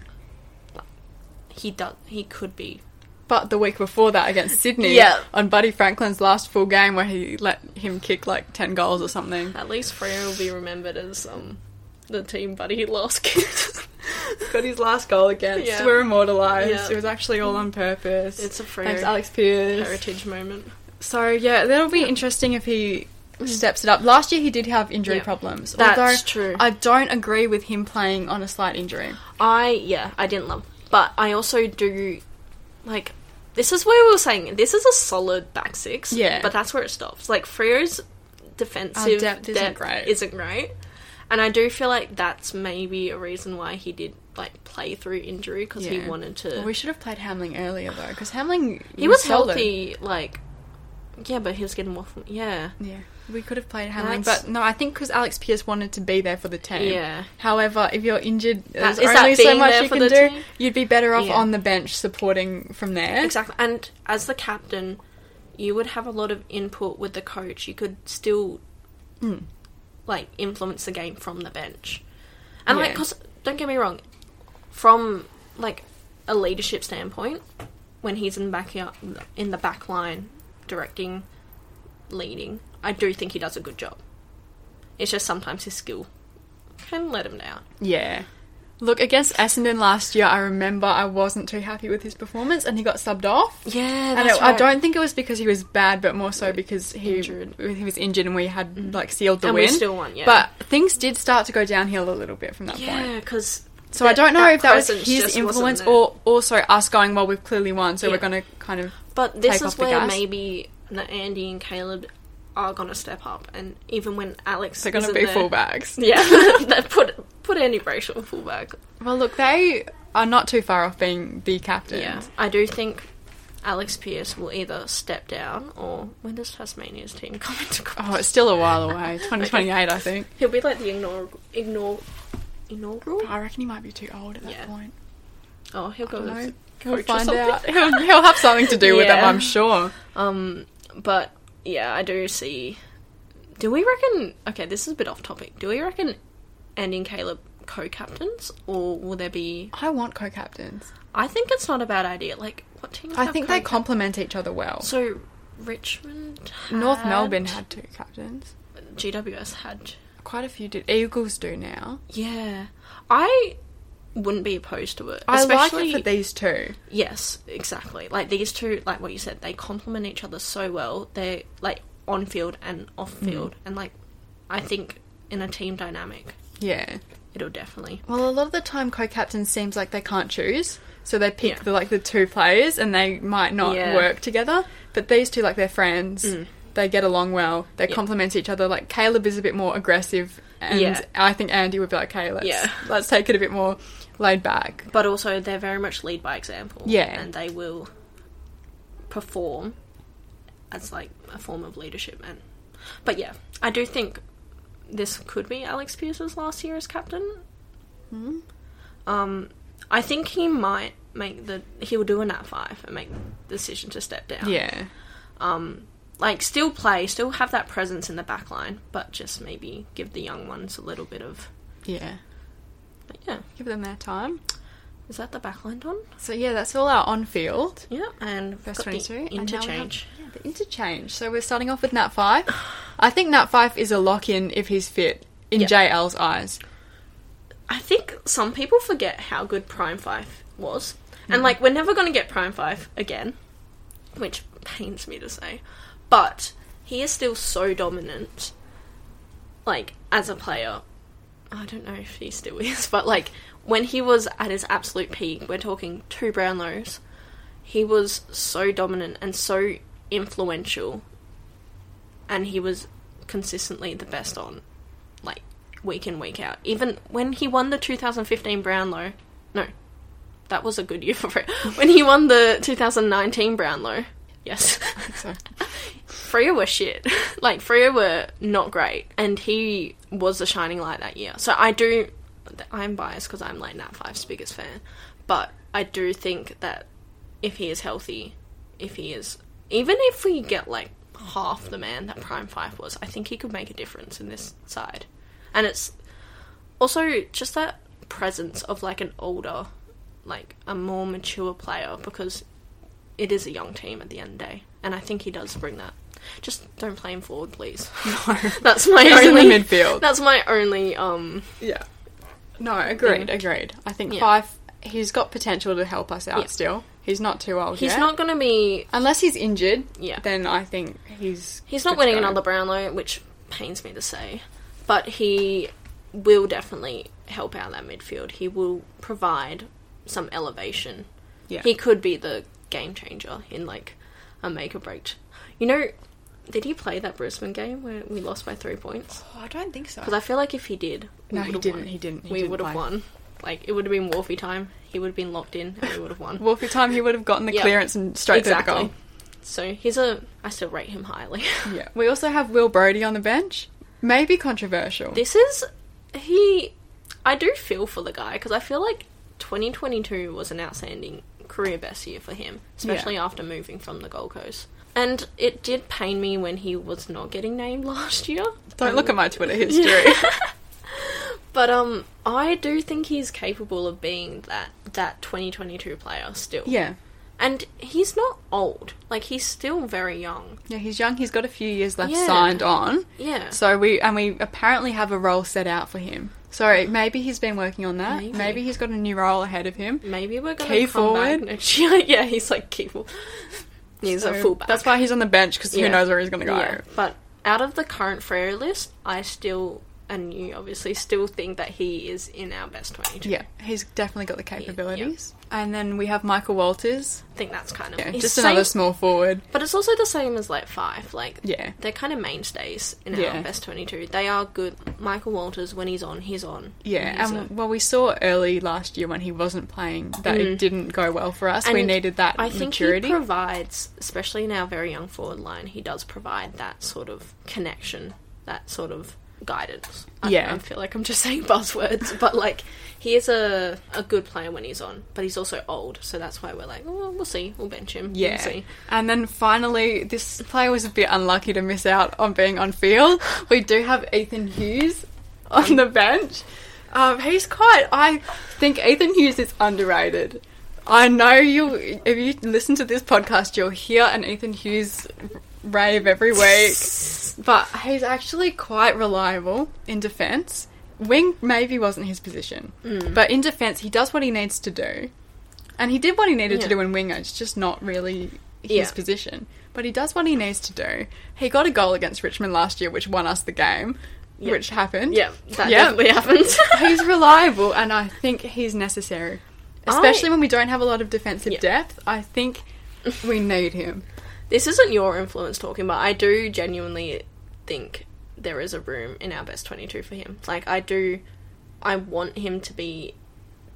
Speaker 2: He does. He could be.
Speaker 1: But the week before that against Sydney,
Speaker 2: Yeah.
Speaker 1: on Buddy Franklin's last full game where he let him kick like 10 goals or something.
Speaker 2: At least Freo will be remembered as um, the team buddy he lost. [laughs] Got his last goal against.
Speaker 1: Yeah.
Speaker 2: Yeah.
Speaker 1: We're immortalised.
Speaker 2: Yeah.
Speaker 1: It was actually all on purpose.
Speaker 2: It's a
Speaker 1: Thanks,
Speaker 2: Freo
Speaker 1: Alex Pierce.
Speaker 2: heritage moment.
Speaker 1: So, yeah, that'll be interesting if he steps it up. Last year he did have injury
Speaker 2: Yeah.
Speaker 1: problems.
Speaker 2: That's
Speaker 1: although
Speaker 2: true.
Speaker 1: I don't agree with him playing on a slight injury.
Speaker 2: I yeah, I didn't love, but I also do like this is where we were saying this is a solid back six.
Speaker 1: Yeah.
Speaker 2: but that's where it stops. Like Freo's defensive
Speaker 1: depth
Speaker 2: depth,
Speaker 1: isn't great.
Speaker 2: isn't great, and I do feel like that's maybe a reason why he did like play through injury because
Speaker 1: Yeah.
Speaker 2: he wanted to.
Speaker 1: Well, we should have played Hamling earlier, though, because Hamling.
Speaker 2: he was
Speaker 1: solid.
Speaker 2: healthy, like yeah, but he was getting more. From, yeah,
Speaker 1: Yeah, we could have played Hamlin,
Speaker 2: That's-
Speaker 1: but no, I think because Alex Pierce wanted to be there for the team.
Speaker 2: Yeah.
Speaker 1: However, if you're injured, there's
Speaker 2: is that
Speaker 1: only so
Speaker 2: being
Speaker 1: much
Speaker 2: there
Speaker 1: you
Speaker 2: for
Speaker 1: can do.
Speaker 2: the team?
Speaker 1: You'd be better off
Speaker 2: Yeah.
Speaker 1: on the bench supporting from there.
Speaker 2: exactly. And as the captain, you would have a lot of input with the coach. You could still
Speaker 1: Mm.
Speaker 2: like influence the game from the bench. And like
Speaker 1: Yeah.
Speaker 2: 'cause don't get me wrong, from like a leadership standpoint, when he's in the back uh, in the back line directing, leading, I do think he does a good job. It's just sometimes his skill can let him down.
Speaker 1: Yeah. Look, against Essendon last year, I remember I wasn't too happy with his performance and he got subbed off.
Speaker 2: Yeah,
Speaker 1: And
Speaker 2: that's
Speaker 1: it-
Speaker 2: right.
Speaker 1: I don't think it was because he was bad, but more so because he
Speaker 2: Injured.
Speaker 1: he was injured Mm. and we had like sealed the
Speaker 2: And we
Speaker 1: win.
Speaker 2: still won, yeah.
Speaker 1: But things did start to go downhill a little bit from that
Speaker 2: Yeah,
Speaker 1: point.
Speaker 2: because
Speaker 1: So I don't know if that was his influence or also us going well. We've clearly won, so
Speaker 2: Yeah.
Speaker 1: we're going to kind of
Speaker 2: But this
Speaker 1: take
Speaker 2: is
Speaker 1: off the
Speaker 2: where
Speaker 1: gas.
Speaker 2: maybe the Andy and Caleb are gonna step up, and even when Alex
Speaker 1: they're going to
Speaker 2: isn't
Speaker 1: be
Speaker 2: there-
Speaker 1: fullbacks.
Speaker 2: [laughs] Yeah, [laughs] they put put Andy Brayshaw in fullback.
Speaker 1: Well, look, they are not too far off being the captains.
Speaker 2: Yeah, I do think Alex Pierce will either step down or when does Tasmania's team [laughs] come into
Speaker 1: Oh, it's still a while [laughs] away. 2028, I think.
Speaker 2: He'll be like the ignore ignore inaugural.
Speaker 1: I reckon he might be too old at that
Speaker 2: Yeah.
Speaker 1: point.
Speaker 2: Oh, he'll
Speaker 1: I
Speaker 2: go
Speaker 1: don't know.
Speaker 2: with
Speaker 1: He'll
Speaker 2: coach or
Speaker 1: find
Speaker 2: something.
Speaker 1: out. [laughs] He'll, he'll have something to do with them,
Speaker 2: Yeah.
Speaker 1: I'm sure.
Speaker 2: Um, but yeah, I do see. Do we reckon? Okay, this is a bit off topic. Do we reckon Andy and Caleb co-captains, or will there be?
Speaker 1: I want co-captains.
Speaker 2: I think it's not a bad idea. Like, what teams?
Speaker 1: I
Speaker 2: have
Speaker 1: think they
Speaker 2: co-cap-
Speaker 1: complement each other well.
Speaker 2: So Richmond,
Speaker 1: North Melbourne had two captains.
Speaker 2: GWS had.
Speaker 1: Quite a few did. Eagles do now.
Speaker 2: Yeah, I wouldn't be opposed to it.
Speaker 1: I like it
Speaker 2: especially-
Speaker 1: for these two.
Speaker 2: Yes, exactly. Like these two, like what you said, they complement each other so well. They're like on field and off
Speaker 1: Mm.
Speaker 2: field, and like I think in a team dynamic,
Speaker 1: Yeah.
Speaker 2: it'll definitely.
Speaker 1: Well, a lot of the time, co-captain seems like they can't choose, so they pick
Speaker 2: Yeah.
Speaker 1: the like the two players, and they might not
Speaker 2: Yeah. Mm.
Speaker 1: work together. But these two, like they're friends, they get along well. They
Speaker 2: Yeah.
Speaker 1: complement each other. Like Caleb is a bit more aggressive, and
Speaker 2: Yeah.
Speaker 1: I think Andy would be like, "Okay, let's
Speaker 2: Yeah.
Speaker 1: let's take it a bit more laid back."
Speaker 2: But also, they're very much lead by example.
Speaker 1: Yeah.
Speaker 2: and they will perform as like a form of leadership. And but yeah, I do think this could be Alex Pierce's last year as captain. Mm. Um, I think he might make the he'll do a nat five and make the decision to step down.
Speaker 1: Yeah,
Speaker 2: Um, like still play, still have that presence in the back line, but just maybe give the young ones a little bit of.
Speaker 1: yeah.
Speaker 2: But yeah,
Speaker 1: Give them their time.
Speaker 2: is that the back line done?
Speaker 1: So yeah, that's all our on-field.
Speaker 2: Yeah, and we've
Speaker 1: First
Speaker 2: got the
Speaker 1: 22. and now we have-
Speaker 2: interchange.
Speaker 1: yeah, the interchange. So we're starting off with Nat 5. I think Nat 5 is a lock in if he's fit in
Speaker 2: Yeah.
Speaker 1: JL's eyes.
Speaker 2: I think some people forget how good Prime Five was, and like we're never gonna get Prime Five again, which pains me to say, but he is still so dominant. Like as a player, I don't know if he still is, [laughs] but like when he was at his absolute peak, we're talking two Brownlows. He was so dominant and so influential, and he was consistently the best on like week in week out. Even when he won the 2015 Brownlow, no, that was a good year [laughs] for it. When he won the 2019 Brownlow, yes, [laughs]
Speaker 1: So
Speaker 2: Freo were shit. [laughs] Like Freo were not great, and he was the shining light that year. So I do, I'm biased because I'm like Nat Five's biggest fan, but I do think that if he is healthy, if he is, even if we get like half the man that Prime Five was, I think he could make a difference in this side. And it's also just that presence of like an older, like a more mature player because it is a young team at the end of the day. And I think he does bring that. Just don't play him forward, please.
Speaker 1: [laughs] No.
Speaker 2: That's my
Speaker 1: He's in the
Speaker 2: only
Speaker 1: midfield.
Speaker 2: That's my only um
Speaker 1: Yeah. No, agreed, agreed. I think
Speaker 2: Yeah.
Speaker 1: 5, he's got potential to help us out
Speaker 2: Yeah.
Speaker 1: still. He's not too old
Speaker 2: he's
Speaker 1: yet.
Speaker 2: not gonna be
Speaker 1: Unless he's injured,
Speaker 2: Yeah.
Speaker 1: then I think he's.
Speaker 2: He's not
Speaker 1: good to
Speaker 2: winning
Speaker 1: go.
Speaker 2: another Brownlow, which pains me to say, but he will definitely help out that midfield. He will provide some elevation.
Speaker 1: Yeah.
Speaker 2: He could be the game changer in like a make or break. You know, did he play that Brisbane game where we lost by three points?
Speaker 1: Oh, I don't think so.
Speaker 2: Because I feel like if he did, we
Speaker 1: No, he
Speaker 2: would've
Speaker 1: didn't,
Speaker 2: Won.
Speaker 1: he didn't, he
Speaker 2: we
Speaker 1: didn't
Speaker 2: would have
Speaker 1: play.
Speaker 2: won. Like it would have been Wolfie time. He would have been locked in, and we would have won.
Speaker 1: Well, for time, he would have gotten the
Speaker 2: Yeah.
Speaker 1: clearance and [laughs] straight to the goal.
Speaker 2: So he's a. I still rate him highly. [laughs]
Speaker 1: Yeah. We also have Will Brody on the bench. Maybe controversial.
Speaker 2: This is he. I do feel for the guy because I feel like 2022 was an outstanding career best year for him, especially after moving from the Gold Coast. And it did pain me when he was not getting named [laughs] last year.
Speaker 1: Don't
Speaker 2: Um,
Speaker 1: look at my Twitter history.
Speaker 2: But um, I do think he's capable of being that that 2022 player still.
Speaker 1: yeah.
Speaker 2: And he's not old. Like he's still very young.
Speaker 1: Yeah, he's young. He's got a few years left
Speaker 2: Yeah.
Speaker 1: signed on.
Speaker 2: Yeah.
Speaker 1: So we and we apparently have a role set out for him. Sorry, maybe he's been working on that.
Speaker 2: Maybe.
Speaker 1: Maybe, he's got a new role ahead of him.
Speaker 2: Maybe we're gonna
Speaker 1: Key
Speaker 2: come
Speaker 1: forward?
Speaker 2: back next year. [laughs] yeah, he's like
Speaker 1: [laughs]
Speaker 2: key forward. He's a
Speaker 1: So
Speaker 2: fullback.
Speaker 1: That's why he's on the bench because
Speaker 2: Yeah.
Speaker 1: who knows where he's going to go.
Speaker 2: Yeah, but out of the current Freo list, I still and you obviously still think that he is in our best twenty-two.
Speaker 1: Yeah, he's definitely got the capabilities. And then we have Michael Walters.
Speaker 2: I think that's kind of
Speaker 1: Yeah,
Speaker 2: he's
Speaker 1: just
Speaker 2: same-
Speaker 1: another small forward.
Speaker 2: But it's also the same as like five. Like
Speaker 1: Yeah.
Speaker 2: they're kind of mainstays in
Speaker 1: Yeah.
Speaker 2: our best twenty-two. They are good. Michael Walters, when he's on, he's on.
Speaker 1: Yeah,
Speaker 2: He's
Speaker 1: and
Speaker 2: a-
Speaker 1: well, we saw early last year when he wasn't playing that
Speaker 2: Mm.
Speaker 1: it didn't go well for us. we
Speaker 2: And
Speaker 1: needed that
Speaker 2: I think
Speaker 1: maturity.
Speaker 2: he provides, especially in our very young forward line, he does provide that sort of connection, that sort of guidance. I,
Speaker 1: Yeah.
Speaker 2: I feel like I'm just [laughs] saying buzzwords, but like he is a a good player when he's on, but he's also old, so that's why we're like, oh, we'll see, we'll bench him.
Speaker 1: yeah.
Speaker 2: we'll see.
Speaker 1: And then finally, this player was a bit unlucky to miss out on being on field. We do have Ethan Hughes on the bench. Um, he's quite. I think Ethan Hughes is underrated. I know you. If you listen to this podcast, you'll hear an Ethan Hughes rave every week. But he's actually quite reliable in defence. Wing maybe wasn't his position,
Speaker 2: Mm.
Speaker 1: but in defence he does what he needs to do, and he did what he needed
Speaker 2: Yeah.
Speaker 1: to do in winger. It's just not really his
Speaker 2: Yeah.
Speaker 1: position, but he does what he needs to do. He got a goal against Richmond last year, which won us the game,
Speaker 2: Yeah.
Speaker 1: which happened.
Speaker 2: Yeah, that
Speaker 1: Yeah.
Speaker 2: definitely [laughs] happens.
Speaker 1: he's reliable, and I think he's necessary,
Speaker 2: I-
Speaker 1: especially when we don't have a lot of defensive
Speaker 2: Yeah.
Speaker 1: depth. I think we need him.
Speaker 2: this isn't your influence talking, but I do genuinely think there is a room in our best 22 for him. Like, I do, I want him to be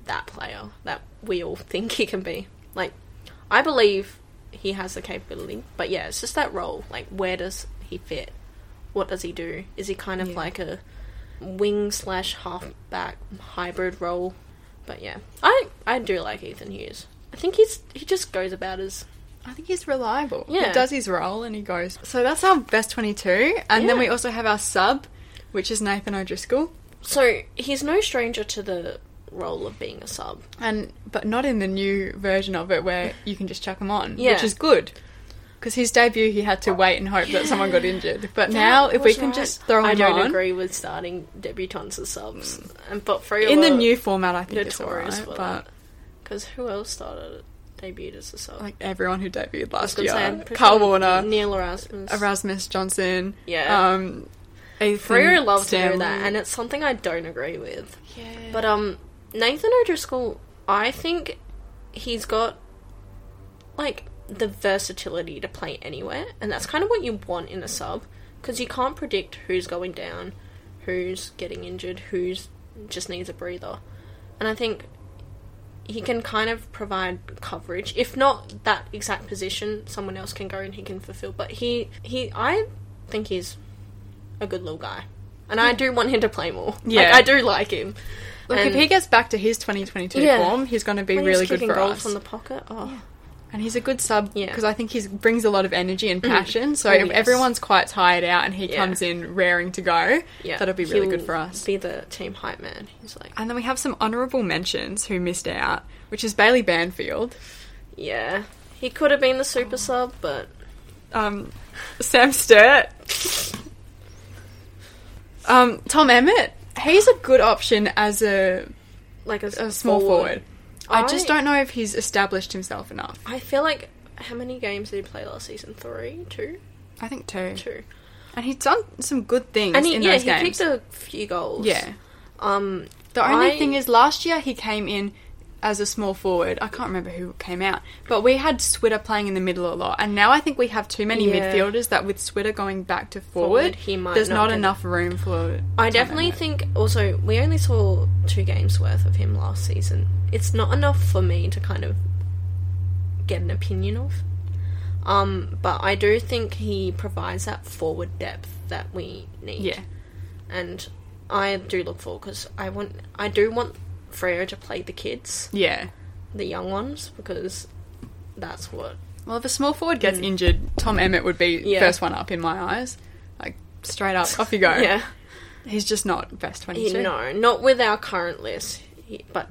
Speaker 2: that player that we all [laughs] think he can be. Like, I believe he has the capability, but yeah, it's just that role. Like, where does he fit? What does he do? Is he kind of
Speaker 1: Yeah.
Speaker 2: like a wing slash halfback hybrid role? But yeah, I I do like Ethan Hughes. I think he's he just goes about as
Speaker 1: I think he's reliable.
Speaker 2: Yeah.
Speaker 1: He does his role and he goes. So that's our best 22. And then
Speaker 2: Yeah.
Speaker 1: we also have our sub, which is Nathan O'Driscoll.
Speaker 2: So he's no stranger to the role of being a sub.
Speaker 1: And but not in the new version of it where you can just chuck him on,
Speaker 2: Yeah.
Speaker 1: which is good. Because his debut, he had to wait and hope that someone got injured. But
Speaker 2: That
Speaker 1: now, if we
Speaker 2: was
Speaker 1: can
Speaker 2: right.
Speaker 1: just throw him
Speaker 2: I don't
Speaker 1: on Hmm.
Speaker 2: agree with starting debutantes as subs, and but Freo
Speaker 1: in the
Speaker 2: were
Speaker 1: new format, I think it's
Speaker 2: notorious
Speaker 1: alright.
Speaker 2: for
Speaker 1: But
Speaker 2: that. Because who else started debuted as a sub?
Speaker 1: like everyone who debuted
Speaker 2: I was
Speaker 1: last
Speaker 2: gonna say, I'm
Speaker 1: year,
Speaker 2: pretty
Speaker 1: Carl
Speaker 2: sure
Speaker 1: Warner,
Speaker 2: Neil Erasmus,
Speaker 1: Erasmus Johnson,
Speaker 2: Yeah.
Speaker 1: um, Ethan
Speaker 2: Freo loves to do
Speaker 1: Stanley.
Speaker 2: that, and it's something I don't agree with.
Speaker 1: yeah.
Speaker 2: But um, Nathan O'Driscoll, I think he's got like the versatility to play anywhere, and that's kind of what you want in a sub because you can't predict who's going down, who's getting injured, who's just needs a breather. And I think he can kind of provide coverage, if not that exact position, someone else can go and he can fulfill. But he, he, I think he's a good little guy. And I do want him to play more.
Speaker 1: Hmm. Yeah.
Speaker 2: like, I do like him.
Speaker 1: Look,
Speaker 2: And-
Speaker 1: if he gets back to his 2022
Speaker 2: Yeah.
Speaker 1: form, he's going to be
Speaker 2: When he's
Speaker 1: really good
Speaker 2: kicking
Speaker 1: for
Speaker 2: goals
Speaker 1: us.
Speaker 2: from the pocket. Oh,
Speaker 1: and he's a good sub
Speaker 2: Yeah.
Speaker 1: because I think he brings a lot of energy and passion. So
Speaker 2: Oh,
Speaker 1: if
Speaker 2: yes.
Speaker 1: everyone's quite tired out and he
Speaker 2: Yeah.
Speaker 1: comes in raring to go,
Speaker 2: yeah,
Speaker 1: that'll be really good
Speaker 2: He'll
Speaker 1: for us.
Speaker 2: Be the team hype man. He's like,
Speaker 1: and then we have some honourable mentions who missed out, which is Bailey Banfield,
Speaker 2: yeah, he could have been the super sub, but
Speaker 1: um, Sam Sturt, um, Tom Emmett. He's a good option as a,
Speaker 2: like a,
Speaker 1: a small forward. I just
Speaker 2: I-
Speaker 1: don't know if he's established himself enough.
Speaker 2: I feel like how many games did he play last season? Three, two,
Speaker 1: I think two.
Speaker 2: two.
Speaker 1: And he's done some good things
Speaker 2: And he,
Speaker 1: in
Speaker 2: yeah,
Speaker 1: those
Speaker 2: he
Speaker 1: games.
Speaker 2: kicked a few goals.
Speaker 1: Yeah.
Speaker 2: Um.
Speaker 1: The only
Speaker 2: I-
Speaker 1: thing is, last year he came in as a small forward. I can't remember who came out, but we had Switter playing in the middle a lot, and now I think we have too many
Speaker 2: Yeah.
Speaker 1: midfielders that with Switter going back to
Speaker 2: Forward,
Speaker 1: forward,
Speaker 2: he might
Speaker 1: there's
Speaker 2: not
Speaker 1: not,
Speaker 2: get-
Speaker 1: enough room for.
Speaker 2: I
Speaker 1: Tom
Speaker 2: definitely
Speaker 1: Emmett.
Speaker 2: think also we only saw two games worth of him last season. It's not enough for me to kind of get an opinion of. Um, but I do think he provides that forward depth that we need.
Speaker 1: Yeah,
Speaker 2: And I do look forward because I want I do want Freo to play the kids,
Speaker 1: yeah.
Speaker 2: the young ones, because that's what
Speaker 1: Well, if a small forward gets injured, Tom Emmett would be
Speaker 2: Mm. Yeah.
Speaker 1: first one up in my eyes. Like straight up, off you go.
Speaker 2: [laughs] yeah.
Speaker 1: He's just not best twenty two.
Speaker 2: No, not with our current list, He- but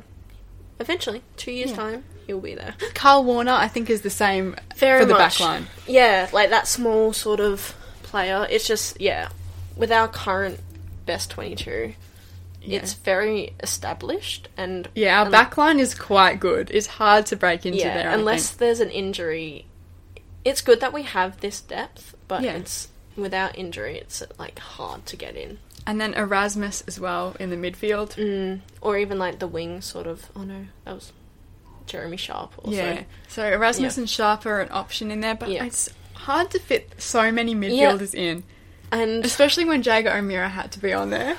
Speaker 2: eventually, two years
Speaker 1: Yeah.
Speaker 2: time, he'll be there.
Speaker 1: Carl Warner, I think, is the same
Speaker 2: Very
Speaker 1: for the back
Speaker 2: much.
Speaker 1: line.
Speaker 2: Yeah, like that small sort of player. It's just yeah, with our current best twenty-two,
Speaker 1: Yeah.
Speaker 2: It's very established and
Speaker 1: Yeah, our
Speaker 2: and-
Speaker 1: backline is quite good. It's hard to break into
Speaker 2: yeah,
Speaker 1: there. I
Speaker 2: unless
Speaker 1: think.
Speaker 2: there's an injury. It's good that we have this depth, but
Speaker 1: Yeah.
Speaker 2: it's without injury, it's like hard to get in.
Speaker 1: and then Erasmus as well in the midfield.
Speaker 2: Mm, or even like the wing sort of. Oh no, that was Jeremy Sharp. Also.
Speaker 1: Yeah, so Erasmus
Speaker 2: Yeah.
Speaker 1: and Sharp are an option in there, but
Speaker 2: Yeah.
Speaker 1: it's hard to fit so many midfielders in, [laughs]
Speaker 2: and
Speaker 1: especially when Jago O'Meara had to be on
Speaker 2: [laughs]
Speaker 1: there.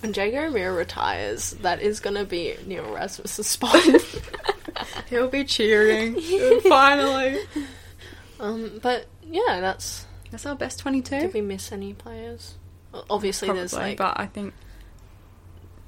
Speaker 2: when Jago O'Meara retires, that is gonna be Neil Rasmus's spot. [laughs]
Speaker 1: He'll be cheering finally.
Speaker 2: um, but yeah, that's.
Speaker 1: That's our best twenty-two.
Speaker 2: Did we miss any players? O- Obviously, there's
Speaker 1: Probably,
Speaker 2: like
Speaker 1: but I think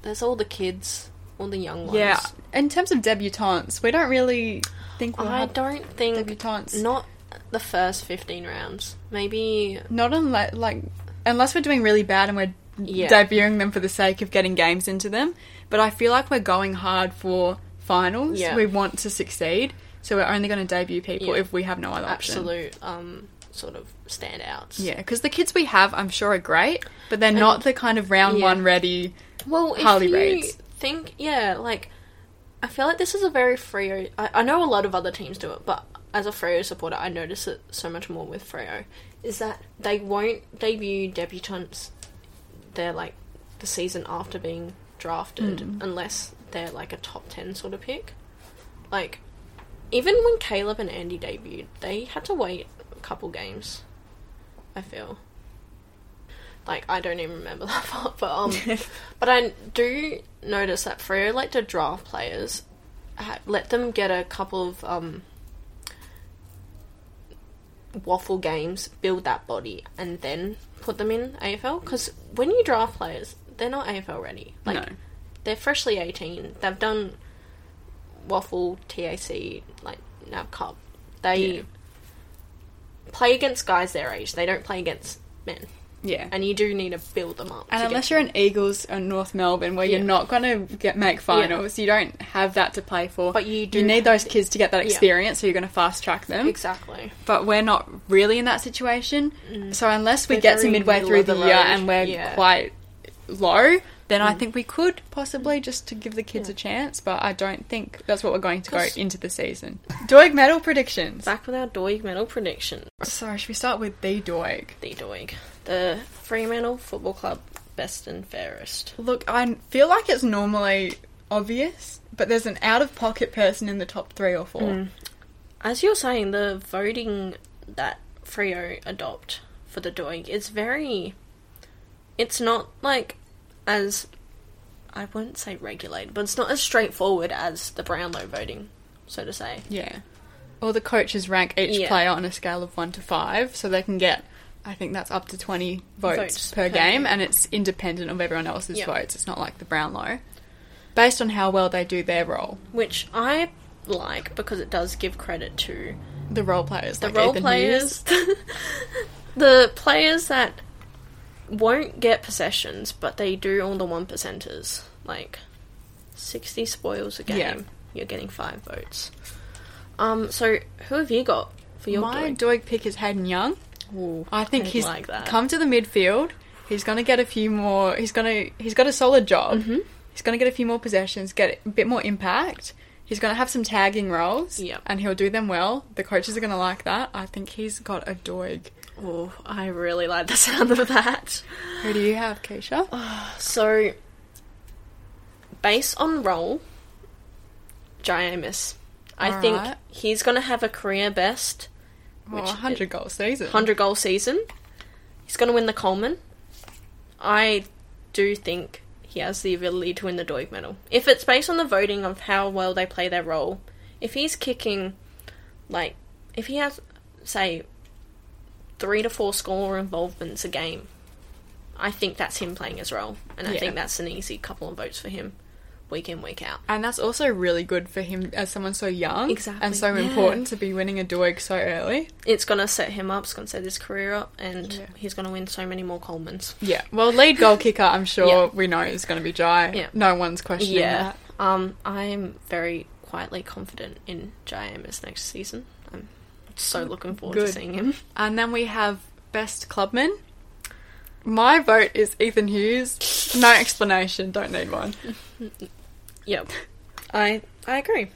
Speaker 2: there's all the kids, all the young ones.
Speaker 1: yeah. In terms of debutantes, we don't really think we'll
Speaker 2: I
Speaker 1: have
Speaker 2: don't think
Speaker 1: debutantes.
Speaker 2: Not the first 15 rounds. Maybe.
Speaker 1: Not unless like unless we're doing really bad and we're
Speaker 2: Yeah.
Speaker 1: debuting them for the sake of getting games into them. But I feel like we're going hard for finals.
Speaker 2: Yeah.
Speaker 1: We want to succeed, so we're only going to debut people
Speaker 2: Yeah.
Speaker 1: if we have no other option.
Speaker 2: Absolute um, sort of standouts.
Speaker 1: Yeah, because the kids we have, I'm sure, are great, but they're
Speaker 2: And-
Speaker 1: not the kind of round
Speaker 2: yeah.
Speaker 1: one ready.
Speaker 2: Well, if
Speaker 1: Harley
Speaker 2: you
Speaker 1: raids.
Speaker 2: think, yeah, like, I feel like this is a very Freo. I, I know a lot of other teams do it, but as a Freo supporter, I notice it so much more with Freo. Is that they won't debut debutants, they're like the season after being drafted,
Speaker 1: Hmm.
Speaker 2: unless they're like a top 10 sort of pick. Like, even when Caleb and Andy debuted, they had to wait a couple games, I feel. Like, I don't even remember [laughs] that part, but um. But I do notice that Freo like to draft players, ha- let them get a couple of um, waffle games, build that body, and then put them in AFL. Because when you draft players, they're not AFL ready. Like
Speaker 1: no.
Speaker 2: they're freshly eighteen. They've done waffle TAC like NAB Cup. They
Speaker 1: Yeah.
Speaker 2: play against guys their age. They don't play against men,
Speaker 1: Yeah. And,
Speaker 2: and you do need to build them up. to get
Speaker 1: unless you're in Eagles and North Melbourne, where
Speaker 2: Yeah.
Speaker 1: you're not going to get make finals, you don't have that to play for.
Speaker 2: But you do
Speaker 1: You need
Speaker 2: have
Speaker 1: those
Speaker 2: the-
Speaker 1: kids to get that
Speaker 2: Yeah.
Speaker 1: experience, so you're going to fast track them.
Speaker 2: exactly.
Speaker 1: But we're not really in that situation. So unless we
Speaker 2: Mm. We're
Speaker 1: get to
Speaker 2: very
Speaker 1: midway
Speaker 2: middle
Speaker 1: through
Speaker 2: of
Speaker 1: the,
Speaker 2: the
Speaker 1: year
Speaker 2: road.
Speaker 1: and we're
Speaker 2: Yeah. Mm.
Speaker 1: quite low, then I think we could possibly just to give the kids a chance. But I don't think that's what we're going to go
Speaker 2: 'Cause-
Speaker 1: into the season. Doig medal predictions.
Speaker 2: Back with our Doig medal prediction.
Speaker 1: So should we start with the Doig?
Speaker 2: The Doig. The Fremantle Football Club best and fairest.
Speaker 1: Look, I feel like it's normally obvious, but there's an out of pocket person in the top three or
Speaker 2: Mm.
Speaker 1: four.
Speaker 2: As you're saying, the voting that Frio adopt for the Doig is very. It's not like as. I wouldn't say regulated, but it's not as straightforward as the Brownlow voting, so to say.
Speaker 1: Yeah. Or the coaches rank each
Speaker 2: Yeah.
Speaker 1: player on a scale of one to five, so they can get, I think that's up to 20 votes,
Speaker 2: Votes
Speaker 1: per,
Speaker 2: per
Speaker 1: game,
Speaker 2: game.
Speaker 1: and it's independent of everyone else's
Speaker 2: Yeah.
Speaker 1: votes. It's not like the Brownlow. Based on how well they do their role,
Speaker 2: Which I like because it does give credit to
Speaker 1: the role players,
Speaker 2: the
Speaker 1: like Ethan
Speaker 2: role
Speaker 1: Hughes.
Speaker 2: players, [laughs] the players that won't get possessions, but they do all the one percenters, like sixty spoils a game.
Speaker 1: Yeah.
Speaker 2: You're getting five votes. Um, so who have you got for your
Speaker 1: My
Speaker 2: doing?
Speaker 1: Doig pick is Hayden Young. I think
Speaker 2: I
Speaker 1: he's
Speaker 2: like that.
Speaker 1: come to the midfield. He's going to get a few more. He's going to. He's got a solid job.
Speaker 2: Mm-hmm.
Speaker 1: He's going to get a few more possessions, get a bit more impact. He's going to have some tagging roles,
Speaker 2: Yep.
Speaker 1: and he'll do them well. The coaches are going to like that. I think he's got a doig.
Speaker 2: Oh, I really like the [laughs] sound of that.
Speaker 1: Who do you have,
Speaker 2: [gasps] Oh,
Speaker 1: Keisha?
Speaker 2: So, based on role, Jaimus, I
Speaker 1: Alright.
Speaker 2: think he's gonna have a career best.
Speaker 1: Well,
Speaker 2: which
Speaker 1: a hundred goal season.
Speaker 2: 100 goal season. He's going to win the Coleman. I do think he has the ability to win the Doig medal. If it's based on the voting of how well they play their role, if he's kicking, like, if he has, say, three to four score involvements a game, I think that's him playing his role. And I
Speaker 1: Yeah.
Speaker 2: think that's an easy couple of votes for him, week in, week out.
Speaker 1: And that's also really good for him as someone so young
Speaker 2: Exactly,
Speaker 1: and so
Speaker 2: yeah.
Speaker 1: important to be winning a doig so early.
Speaker 2: It's going to set him up, it's going to set his career up, and
Speaker 1: Yeah.
Speaker 2: he's going to win so many more Colemans.
Speaker 1: Yeah. Well, lead goal kicker,
Speaker 2: [laughs]
Speaker 1: I'm sure
Speaker 2: Yeah.
Speaker 1: we know is going to be Jai.
Speaker 2: Yeah.
Speaker 1: No one's questioning
Speaker 2: Yeah.
Speaker 1: that.
Speaker 2: Um, I'm very quietly confident in JMS next season. I'm so looking forward
Speaker 1: Good.
Speaker 2: to seeing him.
Speaker 1: And then we have best clubman. My vote is Ethan Hughes. No explanation. Don't need one.
Speaker 2: [laughs] Yep. I I agree.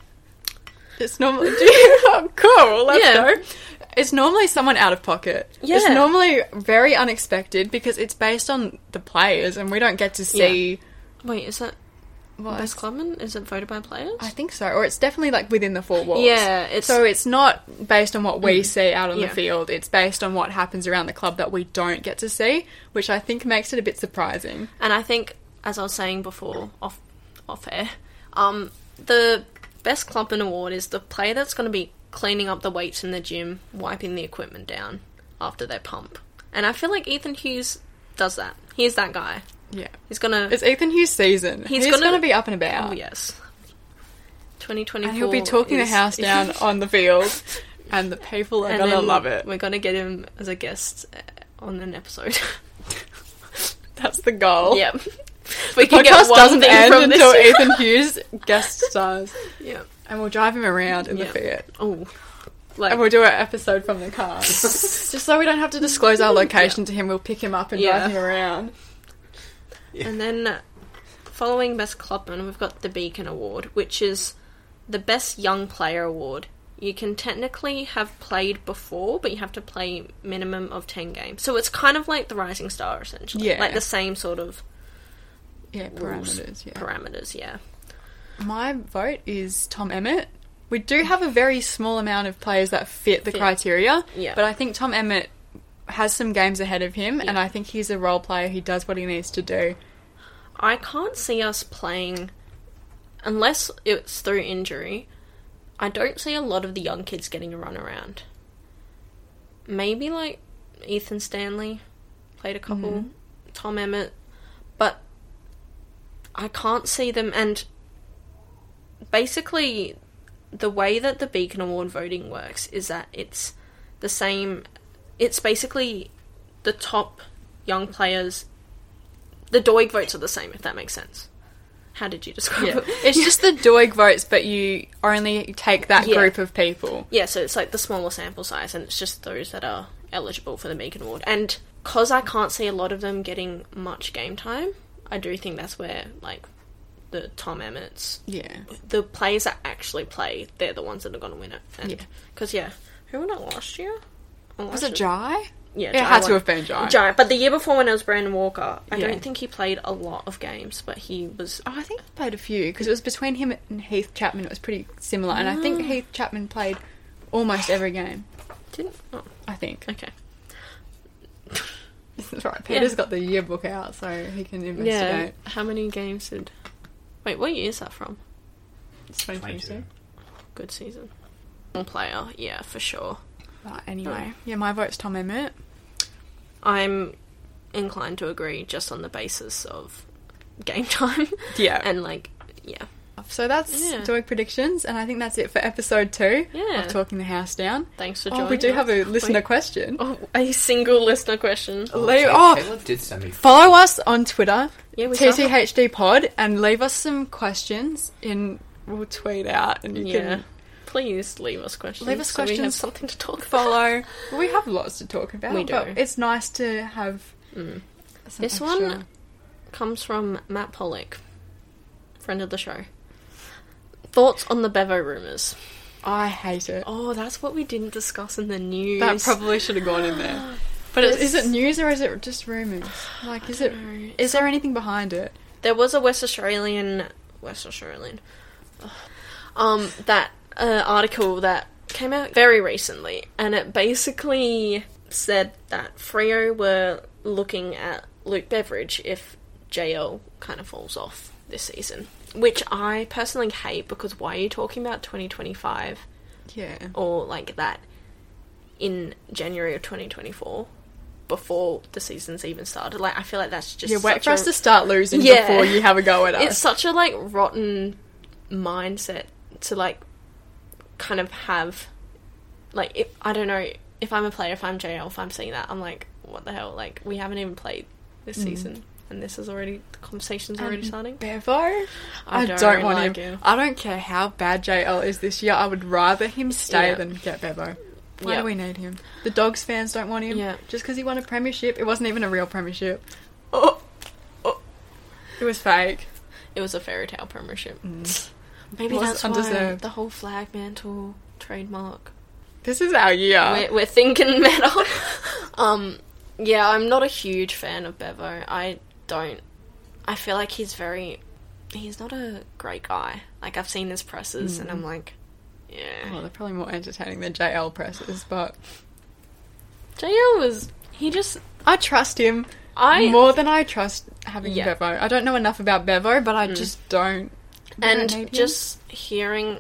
Speaker 1: It's normally [laughs] oh, cool. Let's
Speaker 2: Yeah.
Speaker 1: go. It's normally someone out of pocket. It's
Speaker 2: Yeah.
Speaker 1: normally very unexpected because it's based on the players, and we don't get to see.
Speaker 2: Wait, is that
Speaker 1: Well,
Speaker 2: Best Clubman? Is it voted by players?
Speaker 1: I think so, or it's definitely like within the four walls.
Speaker 2: Yeah, it's
Speaker 1: So it's not based on what we see out on
Speaker 2: Yeah.
Speaker 1: the field. It's based on what happens around the club that we don't get to see, which I think makes it a bit surprising.
Speaker 2: And I think, as I was saying before, off off air, um, the best clubman award is the player that's going to be cleaning up the weights in the gym, wiping the equipment down after their pump. And I feel like Ethan Hughes does that. He's that guy.
Speaker 1: Yeah.
Speaker 2: He's gonna.
Speaker 1: It's Ethan Hughes' season. He's,
Speaker 2: He's
Speaker 1: gonna,
Speaker 2: gonna-
Speaker 1: be up and about.
Speaker 2: oh yes. Twenty twenty four.
Speaker 1: And he'll be talking the house
Speaker 2: [laughs]
Speaker 1: down on the field, and the people are gonna love it.
Speaker 2: We're gonna get him as a guest uh, on an episode.
Speaker 1: That's the
Speaker 2: [laughs]
Speaker 1: goal.
Speaker 2: yep. We
Speaker 1: The
Speaker 2: can get
Speaker 1: podcast
Speaker 2: one
Speaker 1: doesn't
Speaker 2: thing
Speaker 1: end
Speaker 2: from
Speaker 1: until
Speaker 2: this.
Speaker 1: Ethan
Speaker 2: [laughs]
Speaker 1: Hughes guest stars,
Speaker 2: Yeah.
Speaker 1: and we'll drive him around in
Speaker 2: Yeah.
Speaker 1: the Fiat,
Speaker 2: Oh. Like
Speaker 1: and we'll do an episode from the
Speaker 2: [laughs]
Speaker 1: car, just so we don't have to disclose our location to him. We'll pick him up and
Speaker 2: Yeah.
Speaker 1: drive him around.
Speaker 2: And then, uh, following Best Clubman, we've got the Beacon Award, which is the Best Young Player Award. You can technically have played before, but you have to play minimum of ten games. So it's kind of like the Rising Star, essentially.
Speaker 1: Yeah.
Speaker 2: Like the same sort of
Speaker 1: Yeah,
Speaker 2: rules,
Speaker 1: parameters. Yeah.
Speaker 2: Parameters, yeah.
Speaker 1: My vote is Tom Emmett. We do have a very small amount of players that fit the
Speaker 2: Fit.
Speaker 1: criteria,
Speaker 2: Yeah.
Speaker 1: but I think Tom Emmett has some games ahead of him, and
Speaker 2: Yeah.
Speaker 1: I think he's a role player. He does what he needs to do.
Speaker 2: I can't see us playing, unless it's through injury. I don't see a lot of the young kids getting a run around. Maybe like Ethan Stanley played a couple, Tom Emmett, but I can't see them. And basically, the way that the Beacon Award voting works is that it's the same. It's basically the top young players. The Doig votes are the same, if that makes sense. How did you describe
Speaker 1: Yeah.
Speaker 2: it?
Speaker 1: it's just the Doig votes, but you only take that
Speaker 2: Yeah.
Speaker 1: group of people.
Speaker 2: Yeah, so it's like the smaller sample size, and it's just those that are eligible for the Megan Award. And because I can't see a lot of them getting much game time, I do think that's where, like, the Tom Emmett's,
Speaker 1: Yeah.
Speaker 2: the players that actually play, they're the ones that are going to win it.
Speaker 1: Yeah.
Speaker 2: And Because, yeah. who won it last year? Or
Speaker 1: Was
Speaker 2: last
Speaker 1: it
Speaker 2: year-
Speaker 1: Jai?
Speaker 2: Yeah,
Speaker 1: It had to
Speaker 2: won.
Speaker 1: have been Jai.
Speaker 2: Jai. But the year before when it was Brandon Walker, I
Speaker 1: Yeah.
Speaker 2: don't think he played a lot of games, but he was.
Speaker 1: Oh, I think he played a few because it was between him and Heath Chapman. It was pretty similar, and I
Speaker 2: Ah.
Speaker 1: think Heath Chapman played almost every game.
Speaker 2: Didn't. Oh,
Speaker 1: I think. [laughs]
Speaker 2: okay.
Speaker 1: That's right. Peter's got the yearbook out, so he can investigate.
Speaker 2: How many games did. Wait, what year is that from?
Speaker 1: It's 2022.
Speaker 2: good season. One player, yeah, for sure.
Speaker 1: Right, anyway. Yeah, my vote's Tom Emmett.
Speaker 2: I'm inclined to agree just on the basis of game [laughs] time.
Speaker 1: Yeah.
Speaker 2: and like, yeah.
Speaker 1: So that's
Speaker 2: Yeah.
Speaker 1: Doig predictions, and I think that's it for episode two
Speaker 2: Yeah.
Speaker 1: of Talking the House Down.
Speaker 2: Thanks for joining.
Speaker 1: Oh, we do
Speaker 2: us.
Speaker 1: have a listener
Speaker 2: Wait.
Speaker 1: question.
Speaker 2: Oh, a single listener question.
Speaker 1: Leave-
Speaker 3: Ta-
Speaker 1: oh.
Speaker 3: Taylor did send me.
Speaker 1: Follow us on Twitter,
Speaker 2: Yeah, we saw that.
Speaker 1: TTHD Pod, and leave us some questions in. We'll tweet out, and you
Speaker 2: Yeah. [laughs]
Speaker 1: can
Speaker 2: Please leave us questions.
Speaker 1: Leave us
Speaker 2: so We have
Speaker 1: questions.
Speaker 2: something to talk about.
Speaker 1: follow. we have lots to talk about.
Speaker 2: We do.
Speaker 1: But it's nice to have. some
Speaker 2: This
Speaker 1: extra-
Speaker 2: one Mm. comes from Matt Pollock, friend of the show. Thoughts on the Bevo rumors?
Speaker 1: I hate it.
Speaker 2: Oh, that's what we didn't discuss in the news.
Speaker 1: That probably should have gone in there. But it's, is it
Speaker 2: This-
Speaker 1: news or is it just rumors? Like, is it? Is
Speaker 2: know.
Speaker 1: there anything behind it?
Speaker 2: there was a West Australian West Australian Ugh. um that uh, article that came out very recently and it basically said that Frio were looking at Luke Beveridge if JL kind of falls off this season which I personally hate because why are you talking about 2025
Speaker 1: Yeah.
Speaker 2: or like that in January of 2024 before the season's even started like I feel like that's just
Speaker 1: Yeah, wait
Speaker 2: such
Speaker 1: for
Speaker 2: a-
Speaker 1: us to start losing
Speaker 2: Yeah.
Speaker 1: before you have a go at us.
Speaker 2: [laughs] it's such a like rotten mindset to like kind of have like if, i don't know if i'm a player if i'm jl if i'm seeing that i'm like what the hell like we haven't even played
Speaker 1: Mm.
Speaker 2: this season and this is already the conversation's already
Speaker 1: And
Speaker 2: starting
Speaker 1: Bevo? Um, I, don't, want
Speaker 2: like
Speaker 1: him. I don't care how bad JL is this year. I would rather him stay
Speaker 2: Yeah.
Speaker 1: than get Bevo. Why
Speaker 2: Yeah.
Speaker 1: do we need him? The Dogs fans don't want him.
Speaker 2: Yeah.
Speaker 1: Just because he won a premiership. It wasn't even a real premiership. Oh, oh. It was fake.
Speaker 2: It was a fairy tale premiership.
Speaker 1: Mm.
Speaker 2: Maybe
Speaker 1: Was
Speaker 2: that's why
Speaker 1: undeserved.
Speaker 2: the whole flag mantle trademark.
Speaker 1: This is our year.
Speaker 2: We're, we're thinking metal. [laughs] um, yeah, I'm not a huge fan of Bevo. I don't. I feel like he's very. He's not a great guy. Like I've seen his presses, and I'm like,
Speaker 1: Well,
Speaker 2: yeah.
Speaker 1: they're probably more entertaining than JL presses, but
Speaker 2: JL was. He just.
Speaker 1: I trust him
Speaker 2: I
Speaker 1: more than I trust having
Speaker 2: Yeah. Mm.
Speaker 1: Bevo. I don't know enough about Bevo, but I just don't. I don't hate him.
Speaker 2: and just hearing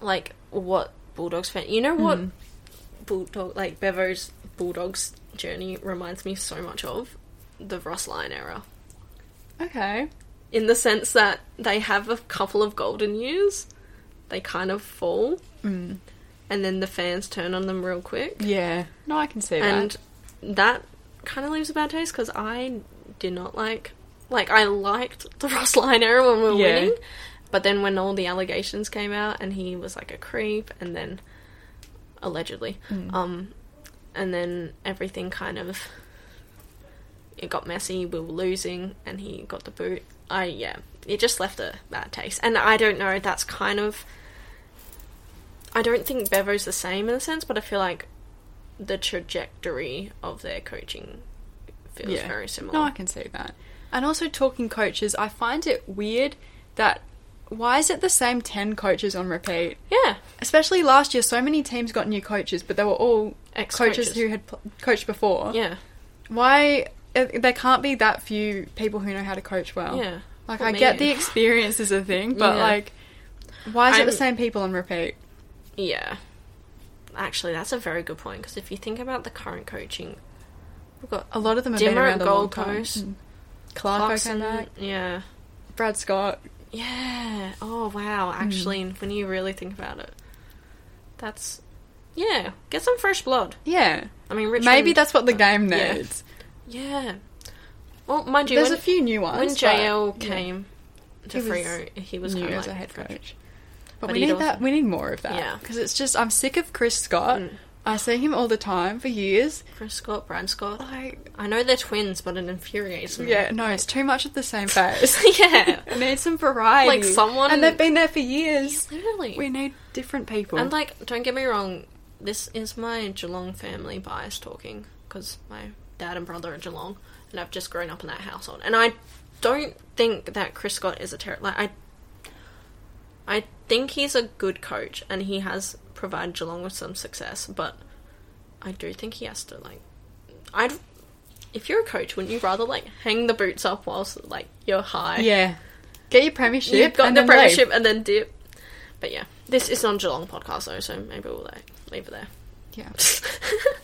Speaker 2: like what bulldogs fan you know what bulldog like bevo's bulldogs journey reminds me so much of the ross lyon era
Speaker 1: okay.
Speaker 2: in the sense that they have a couple of golden years they kind of fall
Speaker 1: Mm.
Speaker 2: and then the fans turn on them real quick
Speaker 1: Yeah. No, I can see
Speaker 2: and
Speaker 1: that.
Speaker 2: that kind of leaves a bad taste because I did not like. Like I liked the [laughs] Ross Lyon era when we were
Speaker 1: Yeah.
Speaker 2: winning, but then when all the allegations came out and he was like a creep, and then allegedly, um, and then everything kind of it got messy. We were losing, and he got the boot. I yeah, it just left a bad taste, and I don't know. That's kind of. I don't think Bevo's the same in a sense, but I feel like the trajectory of their coaching feels
Speaker 1: yeah.
Speaker 2: very similar.
Speaker 1: No, I can see that. And also talking coaches, I find it weird that why is it the same ten coaches on repeat?
Speaker 2: yeah,
Speaker 1: Especially last year, so many teams got new coaches, but they were all
Speaker 2: Ex-coaches.
Speaker 1: coaches who had pl- coached before.
Speaker 2: yeah,
Speaker 1: Why uh, there can't be that few people who know how to coach well?
Speaker 2: yeah.
Speaker 1: Like
Speaker 2: What
Speaker 1: I get the
Speaker 2: meaning?
Speaker 1: experience is a
Speaker 2: [laughs]
Speaker 1: thing, but
Speaker 2: Yeah.
Speaker 1: like, why is it the
Speaker 2: I'm-
Speaker 1: same people on repeat?
Speaker 2: Yeah. Actually, that's a very good point because if you think about the current coaching, we've got
Speaker 1: A lot of them have been
Speaker 2: Dimmer
Speaker 1: around
Speaker 2: at
Speaker 1: a
Speaker 2: Gold
Speaker 1: long time.
Speaker 2: Coast,
Speaker 1: Mm. Clarko came back.
Speaker 2: Yeah.
Speaker 1: Brad Scott.
Speaker 2: Yeah. Oh, wow.
Speaker 1: Hmm.
Speaker 2: Actually, when you really think about it, that's. Yeah. Get some fresh blood.
Speaker 1: Yeah,
Speaker 2: I mean, Richmond,
Speaker 1: maybe that's what the game
Speaker 2: Yeah.
Speaker 1: needs.
Speaker 2: Yeah. Well, mind you,
Speaker 1: There's
Speaker 2: when,
Speaker 1: a few new ones.
Speaker 2: when
Speaker 1: but-
Speaker 2: JL
Speaker 1: yeah,
Speaker 2: came to
Speaker 1: He was
Speaker 2: Freo, he was
Speaker 1: new
Speaker 2: kind of
Speaker 1: as
Speaker 2: like
Speaker 1: a head coach. But,
Speaker 2: But
Speaker 1: we
Speaker 2: he'd
Speaker 1: need that.
Speaker 2: also-
Speaker 1: We need more of that.
Speaker 2: Yeah.
Speaker 1: because it's just I'm sick of Chris Scott.
Speaker 2: Mm.
Speaker 1: I see him all the time for years.
Speaker 2: Chris Scott, Brad Scott.
Speaker 1: Like,
Speaker 2: I know they're twins, but it infuriates me.
Speaker 1: yeah, no, it's too much of the same face. [laughs]
Speaker 2: [laughs] yeah.
Speaker 1: I need some variety.
Speaker 2: Like someone-
Speaker 1: and they've been there for years.
Speaker 2: Literally.
Speaker 1: We need different people.
Speaker 2: And like, don't get me wrong, this is my Geelong family bias talking because my dad and brother are Geelong, and I've just grown up in that household. And I don't think that Chris Scott is a terrible. Like, I, I think he's a good coach, and he has provided Geelong with some success. But I do think he has to like, I'd. If you're a coach, wouldn't you rather like hang the boots up whilst like you're high?
Speaker 1: yeah, get your premiership.
Speaker 2: You've got
Speaker 1: and
Speaker 2: the
Speaker 1: then leave.
Speaker 2: premiership and then dip. But yeah, this is not a Geelong podcast though, so maybe we'll like, leave it there. [laughs]
Speaker 1: Yeah.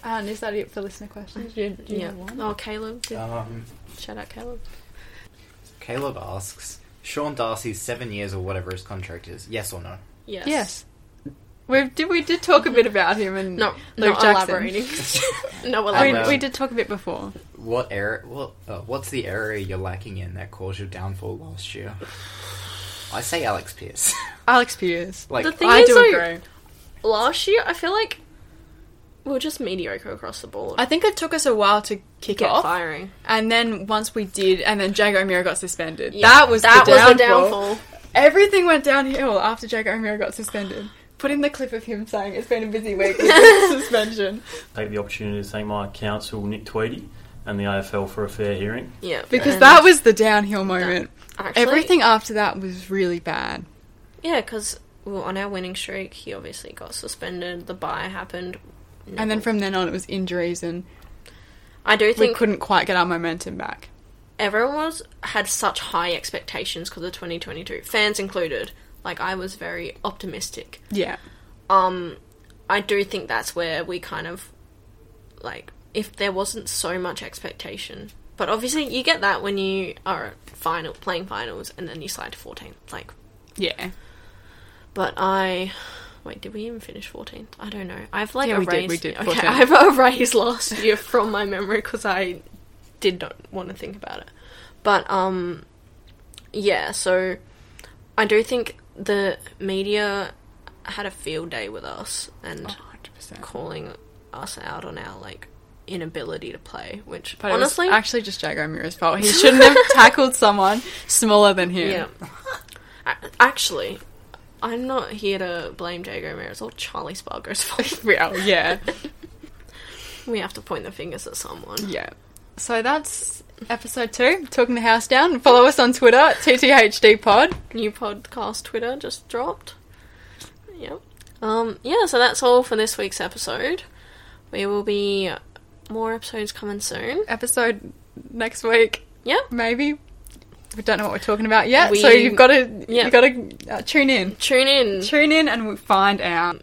Speaker 1: And is that it for listener questions? Do you, [laughs] do you
Speaker 2: yeah.
Speaker 1: have one?
Speaker 2: Oh, Caleb. Did,
Speaker 3: Um,
Speaker 2: shout out Caleb.
Speaker 3: Caleb asks Sean Darcy's seven years or whatever his contract is. Yes or no? [laughs]
Speaker 2: Yes. Mm-hmm.
Speaker 1: Yes. We did. We did talk a bit about him and
Speaker 2: No,
Speaker 1: Luke
Speaker 2: not
Speaker 1: Jackson. [laughs]
Speaker 2: elaborating. no
Speaker 1: We,
Speaker 2: elaborating.
Speaker 3: Um,
Speaker 1: we did talk a bit before.
Speaker 3: What error? What? Uh, what's the area you're lacking in that caused your downfall last year? I say Alex Pierce. [laughs]
Speaker 1: Alex Pierce.
Speaker 3: like
Speaker 2: The thing
Speaker 1: I
Speaker 2: is,
Speaker 1: do
Speaker 2: like,
Speaker 1: agree.
Speaker 2: Last year, I feel like we were just mediocre across the board.
Speaker 1: I think it took us a while to kick
Speaker 2: Get
Speaker 1: off,
Speaker 2: firing.
Speaker 1: and then once we did, and then Jago O'Meara got suspended.
Speaker 2: Yeah,
Speaker 1: that was
Speaker 2: that
Speaker 1: the
Speaker 2: was
Speaker 1: downfall.
Speaker 2: the downfall.
Speaker 1: Everything went downhill after Jago O'Meara got suspended. Put in the clip of him saying it's been a busy week with suspension
Speaker 4: take the opportunity to thank my counsel, Nick Tweedy, and the AFL for a fair hearing.
Speaker 2: Yeah.
Speaker 1: because
Speaker 2: and
Speaker 1: that was the downhill moment.
Speaker 2: actually,
Speaker 1: Everything after that was really bad.
Speaker 2: Yeah, because we were on our winning streak. He obviously got suspended. The buy happened.
Speaker 1: And then from then on, it was injuries, and
Speaker 2: I do
Speaker 1: we
Speaker 2: think
Speaker 1: couldn't quite get our momentum back.
Speaker 2: everyone was had such high expectations because of 2022 fans included like i was very optimistic
Speaker 1: Yeah.
Speaker 2: um i do think that's where we kind of like if there wasn't so much expectation but obviously you get that when you are at final playing finals and then you slide to 14th like
Speaker 1: Yeah.
Speaker 2: but i wait did we even finish 14th i don't know i've like
Speaker 1: Yeah, we
Speaker 2: erased
Speaker 1: did, we did,
Speaker 2: [laughs] okay
Speaker 1: 14th.
Speaker 2: i've erased last year from my memory because i did not want to think about it but um yeah, so I do think the media had a field day with us and
Speaker 1: Oh. 100%.
Speaker 2: calling us out on our like inability to play, which
Speaker 1: But
Speaker 2: honestly,
Speaker 1: it was actually just Jago Mira's fault. He shouldn't
Speaker 2: [laughs]
Speaker 1: have tackled someone smaller than him. [laughs]
Speaker 2: yeah. A- actually, I'm not here to blame Jago Mira. It's all Charlie Spargo's [laughs] fault.
Speaker 1: Well,
Speaker 2: [laughs]
Speaker 1: yeah.
Speaker 2: we have to point the fingers at someone.
Speaker 1: Yeah. So that's episode two, Talking the House Down. Follow us on Twitter, TTHD Pod.
Speaker 2: new podcast Twitter just dropped. Yep. Um, yeah, so that's all for this week's episode. We will be more episodes coming soon.
Speaker 1: Episode next week,
Speaker 2: Yep.
Speaker 1: maybe. We don't know what we're talking about yet, so
Speaker 2: We-
Speaker 1: you've got to
Speaker 2: yeah.
Speaker 1: you've got to uh, tune in.
Speaker 2: Tune in.
Speaker 1: Tune in and we'll find out.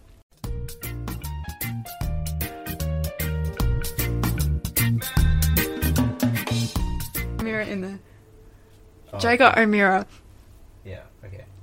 Speaker 1: Mirror in the
Speaker 3: Oh,
Speaker 1: Jago O'Mira.
Speaker 3: oh, Yeah, okay. [laughs]